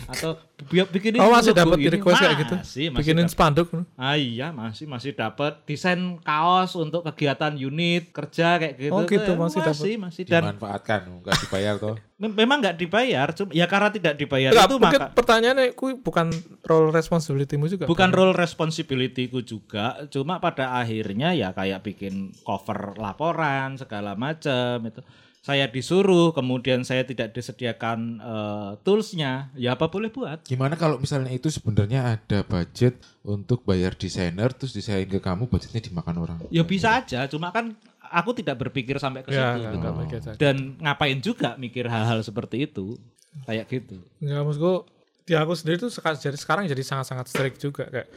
S2: atau bi- bikinin
S3: Oh, masih
S2: logo
S3: dapat
S2: ini.
S3: request kayak gitu?
S2: Masih, masih
S3: Bikinin
S2: dapet.
S3: spanduk.
S2: Ah iya masih masih dapat desain kaos untuk kegiatan unit kerja kayak gitu.
S3: Oh, gitu,
S2: Eh,
S3: masih dapat.
S2: masih, masih. dan
S1: Dimanfaatkan, enggak dibayar toh.
S2: mem- memang nggak dibayar, cuma ya karena tidak dibayar
S3: Enggak,
S2: itu
S3: mungkin
S2: maka
S3: pertanyaannya kui bukan role responsibility-mu juga. kan?
S2: bukan role responsibility-ku juga, cuma pada akhirnya ya kayak bikin cover laporan segala macam itu. Saya disuruh, kemudian saya tidak disediakan eh, toolsnya, ya apa boleh buat.
S1: Gimana kalau misalnya itu sebenarnya ada budget untuk bayar desainer terus desain ke kamu budgetnya dimakan orang?
S2: Ya bisa aja, cuma kan aku tidak berpikir sampai ke situ.
S3: Ya,
S2: gitu.
S3: enggak mikir saya.
S2: dan ngapain juga mikir hal-hal seperti itu kayak gitu
S3: Enggak, maksudku di aku sendiri tuh seka- jadi sekarang jadi sangat-sangat strict juga kayak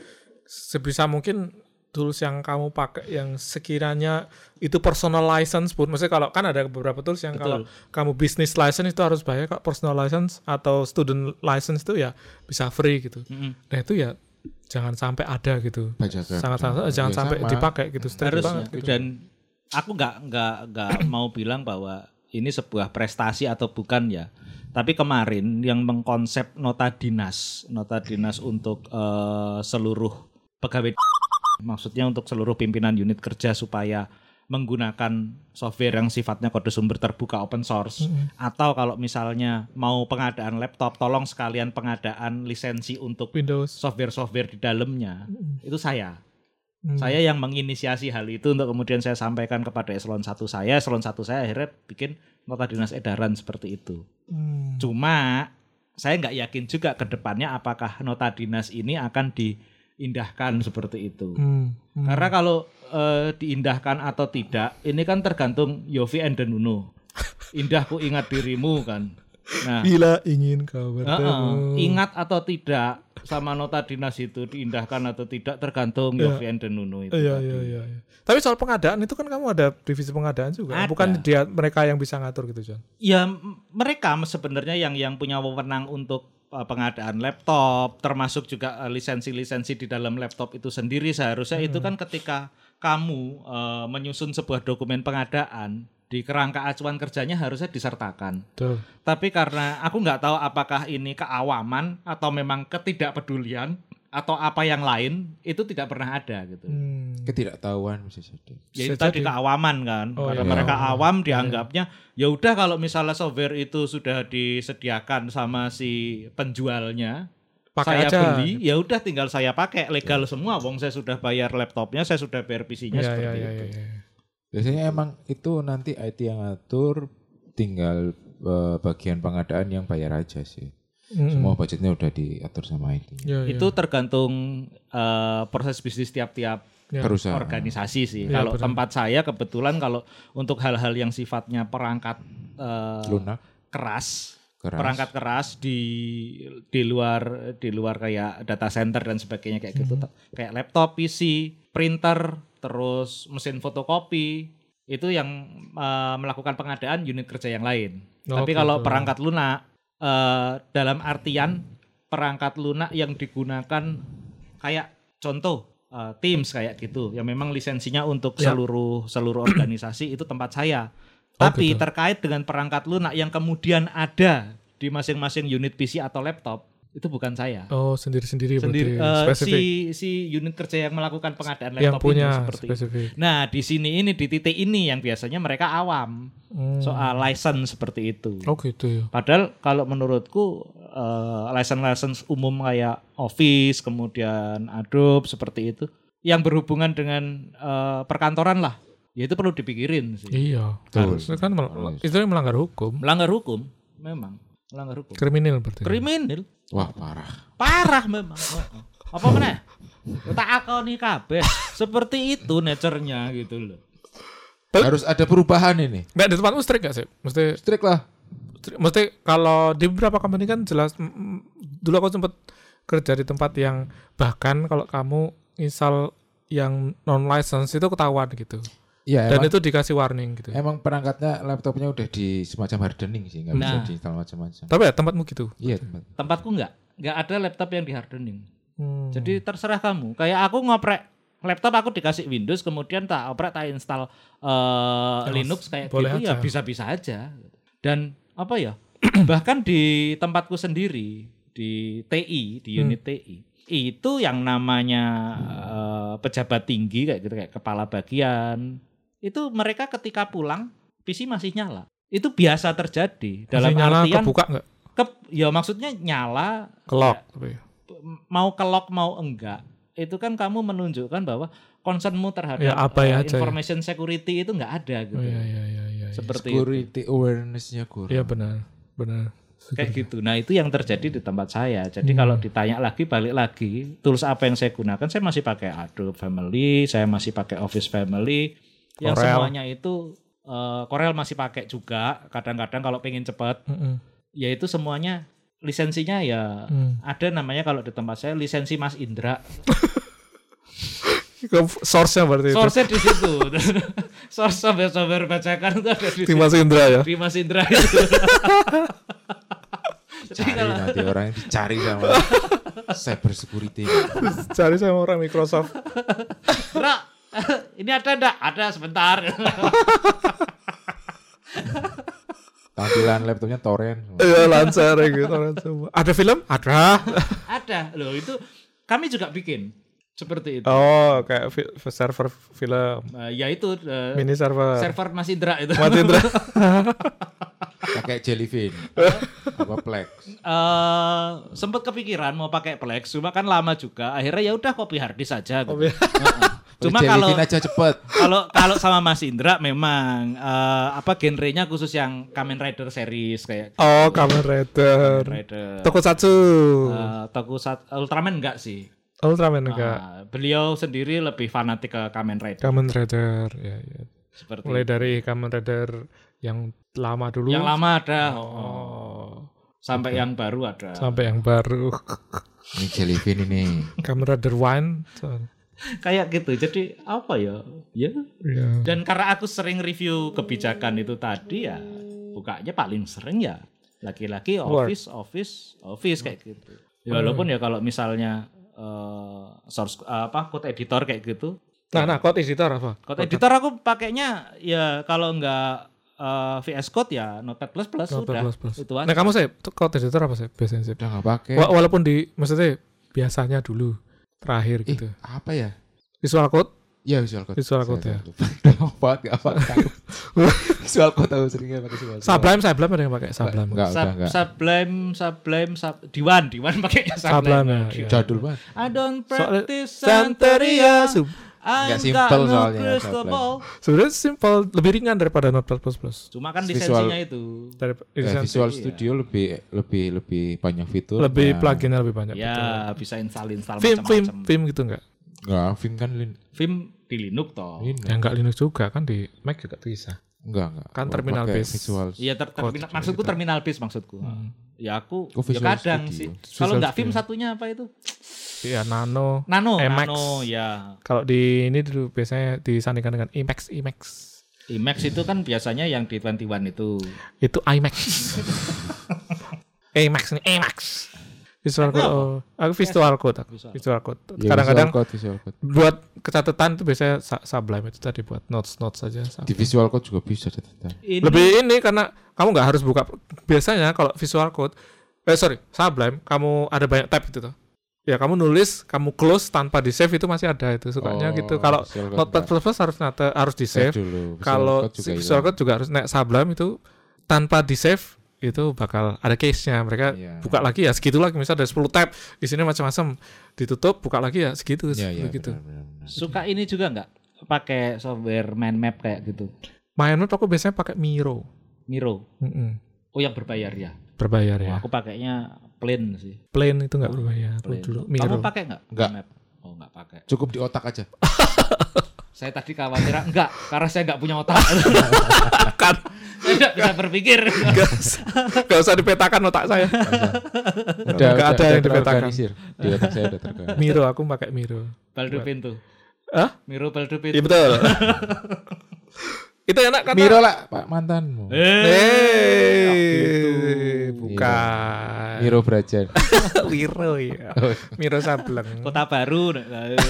S3: sebisa mungkin tools yang kamu pakai yang sekiranya itu personal license pun maksudnya kalau kan ada beberapa tools yang kalau
S2: Betul.
S3: kamu business license itu harus bayar kalau personal license atau student license itu ya bisa free gitu
S2: Mm-mm.
S3: nah itu ya jangan sampai ada gitu
S1: Bajakan.
S3: sangat sangat jangan
S1: Ya,
S3: sampai
S1: sama.
S3: dipakai gitu strict
S2: harusnya
S3: banget gitu.
S2: dan aku nggak nggak nggak mau bilang bahwa ini sebuah prestasi atau bukan ya tapi kemarin yang mengkonsep nota dinas nota dinas untuk eh, seluruh pegawai maksudnya untuk seluruh pimpinan unit kerja supaya menggunakan software yang sifatnya kode sumber terbuka open source
S3: Hmm.
S2: atau kalau misalnya mau pengadaan laptop tolong sekalian pengadaan lisensi untuk
S3: Windows
S2: software-software di dalamnya itu saya
S3: Hmm.
S2: saya yang menginisiasi hal itu untuk kemudian saya sampaikan kepada eselon satu saya eselon satu saya akhirnya bikin nota dinas edaran seperti itu
S3: Hmm.
S2: cuma saya nggak yakin juga ke depannya apakah nota dinas ini akan diindahkan seperti itu
S3: Hmm. Hmm.
S2: karena kalau eh, diindahkan atau tidak ini kan tergantung Yofi and Nuno indahku ingat dirimu kan nah
S3: bila ingin kau bertemu
S2: Heeh. Ingat atau tidak sama nota dinas itu diindahkan atau tidak tergantung
S3: Iya.
S2: Yofi and the Nunu itu.
S3: Iya
S2: gitu tadi.
S3: iya iya. iya. Tapi soal pengadaan itu kan kamu ada divisi pengadaan juga,
S2: Ada.
S3: bukan dia mereka yang bisa ngatur gitu John.
S2: Ya m- mereka sebenarnya yang yang punya wewenang untuk uh, pengadaan laptop, termasuk juga uh, lisensi-lisensi di dalam laptop itu sendiri seharusnya itu kan ketika kamu uh, menyusun sebuah dokumen pengadaan di kerangka acuan kerjanya harusnya disertakan.
S3: Betul.
S2: Tapi karena aku nggak tahu apakah ini keawaman atau memang ketidakpedulian atau apa yang lain itu tidak pernah ada gitu.
S3: Hmm.
S1: Ketidaktahuan bisa jadi.
S2: Ya itu
S3: Bisa
S2: tadi
S3: jadi.
S2: keawaman kan.
S3: Oh,
S2: Karena
S1: iya.
S2: mereka awam dianggapnya ya udah kalau misalnya software itu sudah disediakan sama si penjualnya,
S3: Pakai
S2: saya
S3: aja.
S2: beli, ya udah tinggal saya pakai legal semua. Wong saya sudah bayar laptopnya, saya sudah bayar PC-nya
S3: Iya iya
S2: seperti
S3: iya.
S2: itu.
S3: iya.
S1: Biasanya emang itu nanti IT yang ngatur tinggal eh, bagian pengadaan yang bayar aja sih.
S3: Mm-mm.
S1: Semua budgetnya udah diatur sama IT.
S3: Hmm, Iya, iya.
S2: Itu tergantung eh, proses bisnis tiap-tiap
S3: Ya.
S1: Perusahaan.
S2: organisasi sih.
S3: Iya,
S2: kalau
S3: benar.
S2: tempat saya kebetulan kalau untuk hal-hal yang sifatnya perangkat eh,
S1: Lunak,
S2: keras,
S1: keras.
S2: perangkat keras di di luar di luar kayak data center dan sebagainya kayak gitu,
S3: Hmm.
S2: kayak laptop, PC, printer, terus mesin fotokopi itu yang eh, melakukan pengadaan unit kerja yang lain.
S3: Oh,
S2: Tapi kalau
S3: gitu.
S2: perangkat lunak eh, dalam artian perangkat lunak yang digunakan kayak contoh eh, Teams kayak gitu yang memang lisensinya untuk
S3: Ya.
S2: seluruh seluruh organisasi itu tempat saya.
S3: Oh,
S2: Tapi
S3: gitu.
S2: terkait dengan perangkat lunak yang kemudian ada di masing-masing unit PC atau laptop itu bukan saya.
S3: Oh sendiri-sendiri
S2: Sendiri
S3: berarti
S2: eh, si
S3: spesifik
S2: si unit kerja yang melakukan pengadaan laptop
S3: yang
S2: ini
S3: punya
S2: seperti itu.
S3: spesifik.
S2: Nah, di sini ini di titik ini yang biasanya mereka awam
S3: Hmm.
S2: soal license seperti itu.
S3: Oh gitu ya.
S2: Padahal kalau menurutku eh, license-license umum kayak Office, kemudian Adobe seperti itu yang berhubungan dengan eh, perkantoran lah, ya itu perlu dipikirin sih.
S3: Iya.
S1: Betul.
S3: Harusnya kan mel-
S1: Harus.
S3: itu yang melanggar hukum,
S2: Melanggar hukum, memang melanggar hukum.
S3: kriminal berarti.
S2: Kriminal,
S1: Wah parah.
S2: parah memang. Oh, oh. Apa meneh? Tak akoni kabeh. Seperti itu nature-nya gitu loh.
S3: Tapi-
S1: Harus ada perubahan ini.
S3: Mbak di tempatmu strik gak sih? Mesti
S1: Strik lah.
S3: Tri- Mesti kalau di beberapa company kan jelas mm, mm, dulu aku sempat kerja di tempat yang bahkan kalau kamu install yang non license itu ketahuan gitu.
S1: Iya,
S3: Dan
S1: emang,
S3: itu dikasih warning gitu.
S1: emang perangkatnya laptopnya udah di semacam hardening sih, nggak bisa
S2: Nah.
S1: diinstal macam-macam.
S3: Tapi ya tempatmu gitu.
S1: Iya, tempat.
S2: Tempatku enggak, enggak ada laptop yang di hardening.
S3: Hmm.
S2: Jadi terserah kamu. Kayak aku ngoprek laptop aku dikasih Windows kemudian tak oprek tak install eh, Linux kayak
S3: boleh
S2: gitu ya
S3: aja.
S2: bisa-bisa aja. Dan apa ya? bahkan di tempatku sendiri di TI,
S3: Hmm.
S2: di unit TI itu yang namanya eh, pejabat tinggi kayak gitu kayak kepala bagian itu mereka ketika pulang PC masih nyala. Itu biasa terjadi dalam
S3: Masih nyala
S2: artian
S3: kebuka nggak?
S2: ke- ya maksudnya nyala
S3: Kelok.
S2: Ya.
S3: tapi. oh,
S2: mau kelok mau enggak itu kan kamu menunjukkan bahwa concernmu terhadap
S3: Ya, apa
S2: eh,
S3: ya aja ya.
S2: information security itu enggak ada gitu.
S3: Oh iya iya iya iya. iya.
S2: Seperti itu.
S1: Security awareness-nya kurang.
S3: Iya benar benar.
S2: kayak gitu. Nah, itu yang terjadi di tempat saya. Jadi
S3: Hmm.
S2: kalau ditanya lagi balik lagi, tools apa yang saya gunakan? Saya masih pakai Adobe Family, saya masih pakai Office Family yang
S3: Corel.
S2: semuanya itu eh, Corel masih pakai juga. Kadang-kadang kalau pengen cepat,
S3: Mm-mm.
S2: yaitu semuanya lisensinya ya
S3: Hmm.
S2: ada namanya kalau di tempat saya lisensi Mas Indra.
S3: Ke- Source-nya berarti itu.
S2: source di situ. source software-software bacakan itu ada di
S3: Dimas Indra ya.
S2: Di Mas Indra itu. Jadi
S1: Cari
S2: kalau
S1: nanti orangnya dicari sama cyber security.
S3: Cari sama orang Microsoft.
S2: Bro, ini ada enggak? Ada sebentar.
S1: Tampilan laptopnya torrent. semua.
S3: Iya lancar ya gitu. lancar. Ada film? Ada.
S2: ada. Loh, itu kami juga bikin seperti itu.
S3: Oh, kayak fi- server film,
S2: Eh, ya itu eh,
S3: mini server.
S2: server Mas Indra itu.
S3: Mas Indra.
S1: Pakai jellyfin. Apa plex.
S2: eh sempat kepikiran mau pakai Plex, cuma kan lama juga. Akhirnya ya udah copy hard disk aja gitu.
S3: Copy-
S2: Heeh.
S1: Cuma
S2: Cuma kalau
S1: aja cepet.
S2: kalau kalau sama Mas Indra memang eh, apa genrenya khusus yang Kamen Rider series kayak
S3: Oh, Kamen
S2: Kamen
S3: Rider.
S2: Rider.
S3: Tokusatsu.
S2: eh, Tokusat- Ultraman enggak sih?
S3: Ultraman enggak.
S2: Ah, beliau sendiri lebih fanatik ke Kamen Rider
S3: Kamen Rider. Ya, ya.
S2: seperti
S3: Mulai dari Kamen Rider yang lama dulu.
S2: yang lama ada oh,
S3: Hmm. Oh,
S2: sampai yang baru ada.
S3: sampai yang baru.
S1: Ini jellyfin ini.
S3: Kamen Rider Wine.
S2: Kayak gitu. Jadi apa ya? Ya.
S3: Ya.
S2: Dan karena aku sering review kebijakan itu tadi ya, bukanya paling sering ya laki-laki
S3: Word.
S2: office office office kayak gitu. Ya, walaupun ya kalau misalnya eh, source apa code editor kayak gitu,
S3: Nah, nah, code editor apa?
S2: Code editor aku pakainya ya kalau nggak eh, VS Code ya Notepad plus plus
S3: Notepad
S2: sudah
S3: plus plus.
S2: itu
S3: Nah,
S2: aja.
S3: kamu sih code editor apa sih biasanya sih?
S1: Udah gak pakai.
S3: Wa- Walaupun di maksudnya biasanya dulu terakhir
S1: Ih,
S3: gitu.
S1: apa ya?
S3: Visual code
S1: Ya visual code.
S3: Visual
S1: Saya
S3: code, ya.
S1: tahu. Udah banget gak apa Visual code tahu seringnya pakai visual code.
S3: Sublime, Sublime ada yang pakai Sublime.
S1: Enggak, udah
S2: Sub-
S1: enggak.
S2: Sublime, Sublime, Sub- Diwan, Diwan pakainya
S3: Sublime,
S2: Sublime.
S3: ya,
S2: Diwan.
S1: Jadul banget.
S2: I don't
S3: Soalnya-
S2: practice
S3: Santeria.
S2: Santeria.
S3: Sub-
S1: Nggak
S2: I got
S1: simple
S2: no
S1: soalnya,
S2: crystal
S1: Sublime.
S2: ball.
S3: Sebenarnya simple, lebih ringan daripada Notepad Plus Plus.
S2: Cuma kan
S1: Visual-
S2: lisensinya itu.
S3: Dari
S1: Ya,
S3: Insan-
S1: visual Studio lebih lebih lebih banyak fitur.
S3: Iya. lebih pluginnya lebih banyak.
S2: Ya bisa install-install
S3: Film, film,
S2: macam-macam.
S3: film gitu enggak?
S1: Enggak, Vim kan lin.
S2: Film di Linux toh.
S1: lin-
S3: Ya enggak Linux juga kan di Mac juga bisa.
S1: Enggak, enggak.
S3: Kan
S1: Gua
S3: terminal
S1: pakai
S3: base.
S1: Visual.
S2: Iya, ter- terminal-
S3: gitu.
S2: maksudku terminal base maksudku.
S3: Hmm.
S2: Ya aku
S1: Oh,
S2: ya
S1: Visual
S2: kadang
S1: Studio.
S2: sih. Kalau
S3: Visual
S2: nggak film
S3: Studio.
S2: satunya apa itu?
S3: Iya Nano.
S2: Nano,
S3: Emacs.
S2: Nano ya.
S3: Kalau di ini dulu biasanya disandingkan dengan IMAX, IMAX.
S2: IMAX itu kan biasanya yang di 21 itu.
S3: Itu IMAX. IMAX nih, IMAX. Visual code. oh. Aku visual code, aku visual code.
S1: Ya,
S3: Kadang-kadang
S1: visual code, visual code.
S3: buat kecatatan itu biasanya Su- Sublime itu tadi buat notes notes saja.
S1: Di visual code juga bisa catatan.
S2: Ini
S3: lebih ini karena kamu nggak harus buka biasanya kalau visual code eh sorry sublime kamu ada banyak tab gitu tuh ya kamu nulis kamu close tanpa di save itu masih ada itu
S1: Oh,
S3: sukanya gitu kalau
S1: visual code ya.
S3: notepad
S1: enggak.
S3: plus plus harus nata, harus di
S1: Save
S3: save
S1: dulu. Visual
S3: kalau
S1: code juga ya.
S3: si- visual
S1: hilang.
S3: code juga harus naik sublime itu tanpa di save itu bakal ada case-nya mereka
S1: Iya.
S3: buka lagi ya segitu lagi misalnya ada 10 tab isinya macam-macam ditutup buka lagi ya segitu
S1: Iya, iya,
S3: gitu
S1: benar, benar, benar.
S2: suka ini juga nggak? Pakai software mind map kayak gitu.
S3: main note aku biasanya pakai miro
S2: Miro.
S3: Mm-mm.
S2: Oh yang berbayar ya.
S3: berbayar ya
S2: Aku pakainya Plain sih.
S3: Plane itu nggak berbayar. Lu
S2: Plain.
S3: dulu mikir
S2: Kamu
S3: dulu.
S2: pakai nggak?
S1: Nggak.
S2: Map? Oh nggak pakai.
S1: Cukup di otak aja.
S2: Saya tadi khawatir enggak karena saya nggak punya otak.
S3: Kan.
S2: saya nggak bisa berpikir.
S3: Nggak usah- nggak usah dipetakan otak saya.
S1: Udah,
S3: Nggak ada yang dipetakan.
S1: terorganisir. Di otak saya udah terorganisir.
S3: Miro aku pakai Miro.
S2: Baldupin tuh.
S3: Hah?
S2: Miro Baldupin.
S3: Iya betul. itu enak kata.
S1: Miro lah, Pak mantanmu.
S3: Iya. Eh, bukan.
S1: Miro Brajan.
S3: Wiro ya. Miro Sableng.
S2: Kota Baru. Nah, iya,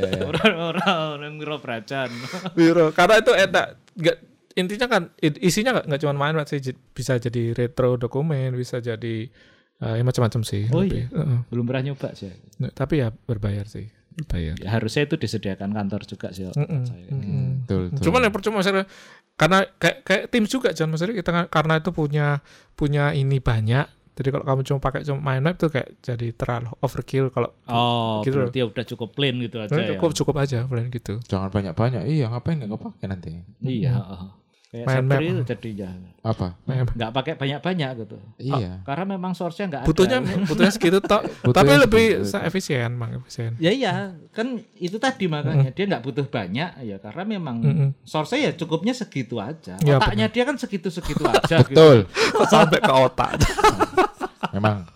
S3: Iya,
S2: Orang-orang Miro Bracan.
S3: Wiro. Karena itu enak. Nggak- intinya kan it- isinya nggak nggak cuma main Mas. J- bisa jadi retro dokumen, bisa jadi eh, ya macam-macam sih.
S2: Oh
S3: lebih. Heeh.
S2: Belum pernah nyoba sih.
S3: Nah, tapi ya berbayar sih. Berbayar.
S2: Ya, harusnya itu disediakan kantor juga sih.
S3: Mm-mm,
S2: Saya.
S3: mm-mm.
S1: Hmm, Betul, betul.
S3: Cuman ya percuma maksudnya karena kayak kayak tim juga jangan maksudnya kita kan- karena itu punya punya ini banyak. Jadi kalau kamu cuma pakai cuma main web tuh kayak jadi terlalu overkill kalau
S2: Oh,
S3: Gitu loh.
S2: berarti ya udah cukup plain gitu aja
S3: Sebenarnya
S2: ya.
S3: cukup cukup aja plan gitu.
S1: Jangan banyak-banyak. Iya, ngapain nggak pakai nanti?
S2: Iya. heeh. Kayak
S3: Main
S2: Sabri
S3: map.
S2: itu jadinya.
S1: Apa?
S3: Mem-
S2: Nggak pakai banyak-banyak gitu.
S1: Iya.
S2: Karena memang source-nya nggak ada.
S3: Butuhnya butuhnya segitu tok.
S1: ya.
S3: tapi
S1: Butuhnya
S3: lebih
S1: segitu,
S3: sa- efisien, Mang, efisien.
S2: Ya iya, kan itu tadi makanya dia nggak butuh banyak ya karena memang
S3: Mm-mm.
S2: source-nya ya cukupnya segitu aja.
S3: Ya,
S2: Otaknya dia kan segitu-segitu aja gitu.
S1: Betul.
S3: Sampai ke otak.
S1: Memang.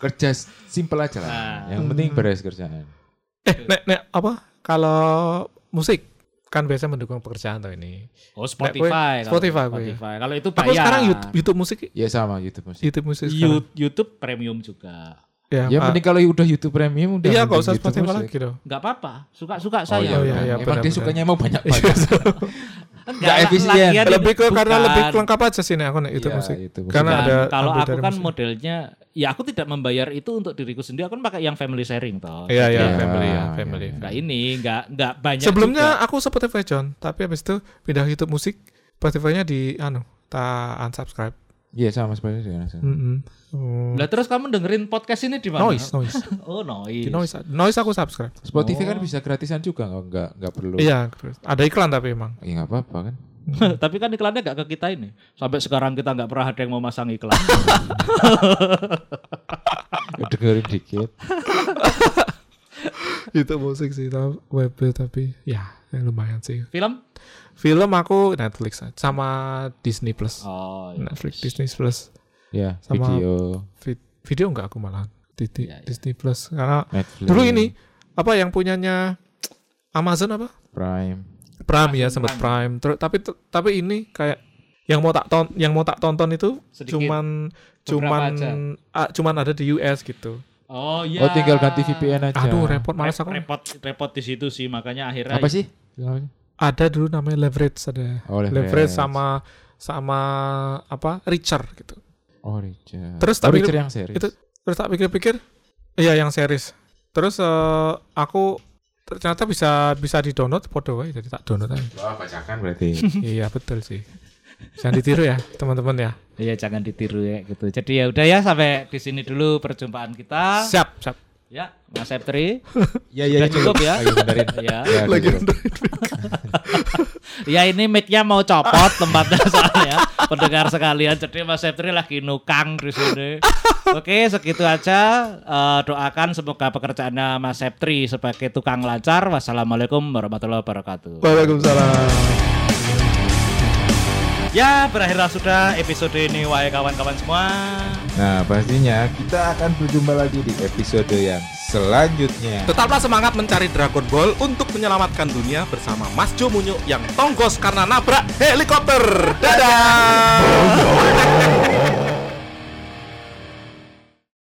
S1: Kerja s- simple aja lah.
S2: Nah.
S1: Yang penting beres kerjaan.
S3: eh, nek nek apa? Kalau musik kan biasanya mendukung pekerjaan tuh ini.
S2: Oh, Spotify.
S3: Nek,
S2: kalau-
S3: Spotify, gue.
S2: Spotify. Kalau
S1: Nah,
S2: itu
S3: Aku
S2: bayar.
S1: iya.
S3: sekarang YouTube, YouTube musik,
S1: Ya sama YouTube musik.
S3: YouTube musik. sekarang.
S2: YouTube, YouTube premium juga.
S3: Ya,
S1: Ya
S3: Pak.
S1: penting kalau udah YouTube Premium udah.
S3: Iya, nggak
S1: mending
S3: usah
S1: YouTube
S3: Spotify
S1: musik.
S3: lagi dong.
S2: Nggak apa-apa, suka-suka
S1: Oh
S2: saya.
S1: iya, iya,
S3: Oh, iya, iya,
S1: Emang dia
S3: benar-benar.
S1: sukanya emang banyak banget. nggak
S2: lah,
S1: efisien.
S2: lagian itu
S3: lebih ke karena
S2: bukan.
S3: lebih lengkap aja sih nih aku nih itu
S1: Iya,
S3: musik.
S1: itu musik.
S3: Karena
S2: Bukan.
S3: ada
S2: kalau
S3: ambil
S2: aku
S3: dari
S2: kan
S3: musik.
S2: modelnya ya aku tidak membayar itu untuk diriku sendiri aku kan pakai yang family sharing toh
S3: Iya iya
S1: Iya,
S3: family ya,
S1: iya,
S3: family.
S1: iya.
S2: nggak ini nggak nggak banyak
S3: Sebelumnya
S2: juga.
S3: aku Spotify John, tapi habis itu pindah YouTube musik, Spotify-nya di anu, tak unsubscribe.
S1: Iya sama seperti itu.
S3: Mm-mm. Hmm.
S2: Lah terus kamu dengerin podcast ini di mana?
S3: Noise, noise.
S2: Oh, noise.
S3: Di noise, noise aku subscribe.
S1: Spotify kan bisa gratisan juga nggak nggak nggak perlu.
S3: Iya, ada iklan tapi emang.
S1: Ya nggak apa-apa kan.
S2: Tapi kan iklannya nggak ke kita ini. Sampai sekarang kita nggak pernah ada yang mau masang iklan.
S1: Dengerin dikit.
S3: YouTube musik sih, tapi web tapi ya ya lumayan sih.
S2: Film?
S3: Film aku Netflix sama Disney Plus.
S2: Oh,
S1: Nah,
S2: iya.
S3: Netflix, Disney Plus.
S1: Ya
S3: Sama-
S1: video
S3: Vid- video enggak aku malah di, di-
S2: Iya, iya.
S3: Disney Plus karena
S1: Netflix.
S3: dulu ini apa yang punyanya Amazon apa
S1: Prime.
S3: Prime ya sempat Prime Terus- tapi tapi ini kayak yang mau tak ton yang mau tak tonton itu
S2: Sedikit.
S3: cuman
S2: Beberapa
S3: cuman
S2: aja.
S3: ah, cuman ada di US gitu
S2: Oh iya.
S1: Oh tinggal ganti VPN aja.
S3: aduh repot
S2: Malas
S3: malas aku
S2: repot repot di situ sih makanya akhirnya
S1: Apa sih? Namanya?
S3: ada dulu namanya leverage ada
S1: Oh, Leverage.
S3: leverage sama sama apa Richard gitu
S1: Oh Richard.
S3: Terus
S1: oh,
S3: tapi-
S1: Richard yang serius.
S3: itu terus tak pikir-pikir iya yang series terus eh, aku ternyata bisa bisa di download podo wae, jadi tak download aja.
S1: Wah bacakan berarti.
S3: iya betul sih jangan ditiru ya teman-teman ya
S2: Iya jangan ditiru ya gitu. Jadi ya udah ya sampai di sini dulu perjumpaan kita.
S3: siap siap
S2: Ya, Mas Septri.
S1: Ya ya
S2: Udah cukup ya.
S1: Lagi benerin.
S2: ya.
S1: Ya,
S3: Lagi
S1: cukup.
S2: Ya ini mic-nya mau copot tempatnya soalnya pendengar sekalian jadi Mas Septri lagi nukang di sini. Oke segitu aja Eh, doakan semoga pekerjaannya Mas Septri sebagai tukang lancar. Wassalamualaikum warahmatullahi wabarakatuh.
S3: waalaikumsalam
S2: Ya berakhirlah sudah episode ini wahai kawan-kawan semua.
S1: Nah pastinya kita akan berjumpa lagi di episode yang selanjutnya.
S4: Tetaplah semangat mencari Dragon Ball untuk menyelamatkan dunia bersama Mas Jo Munyo yang tonggos karena nabrak helikopter. Dadah.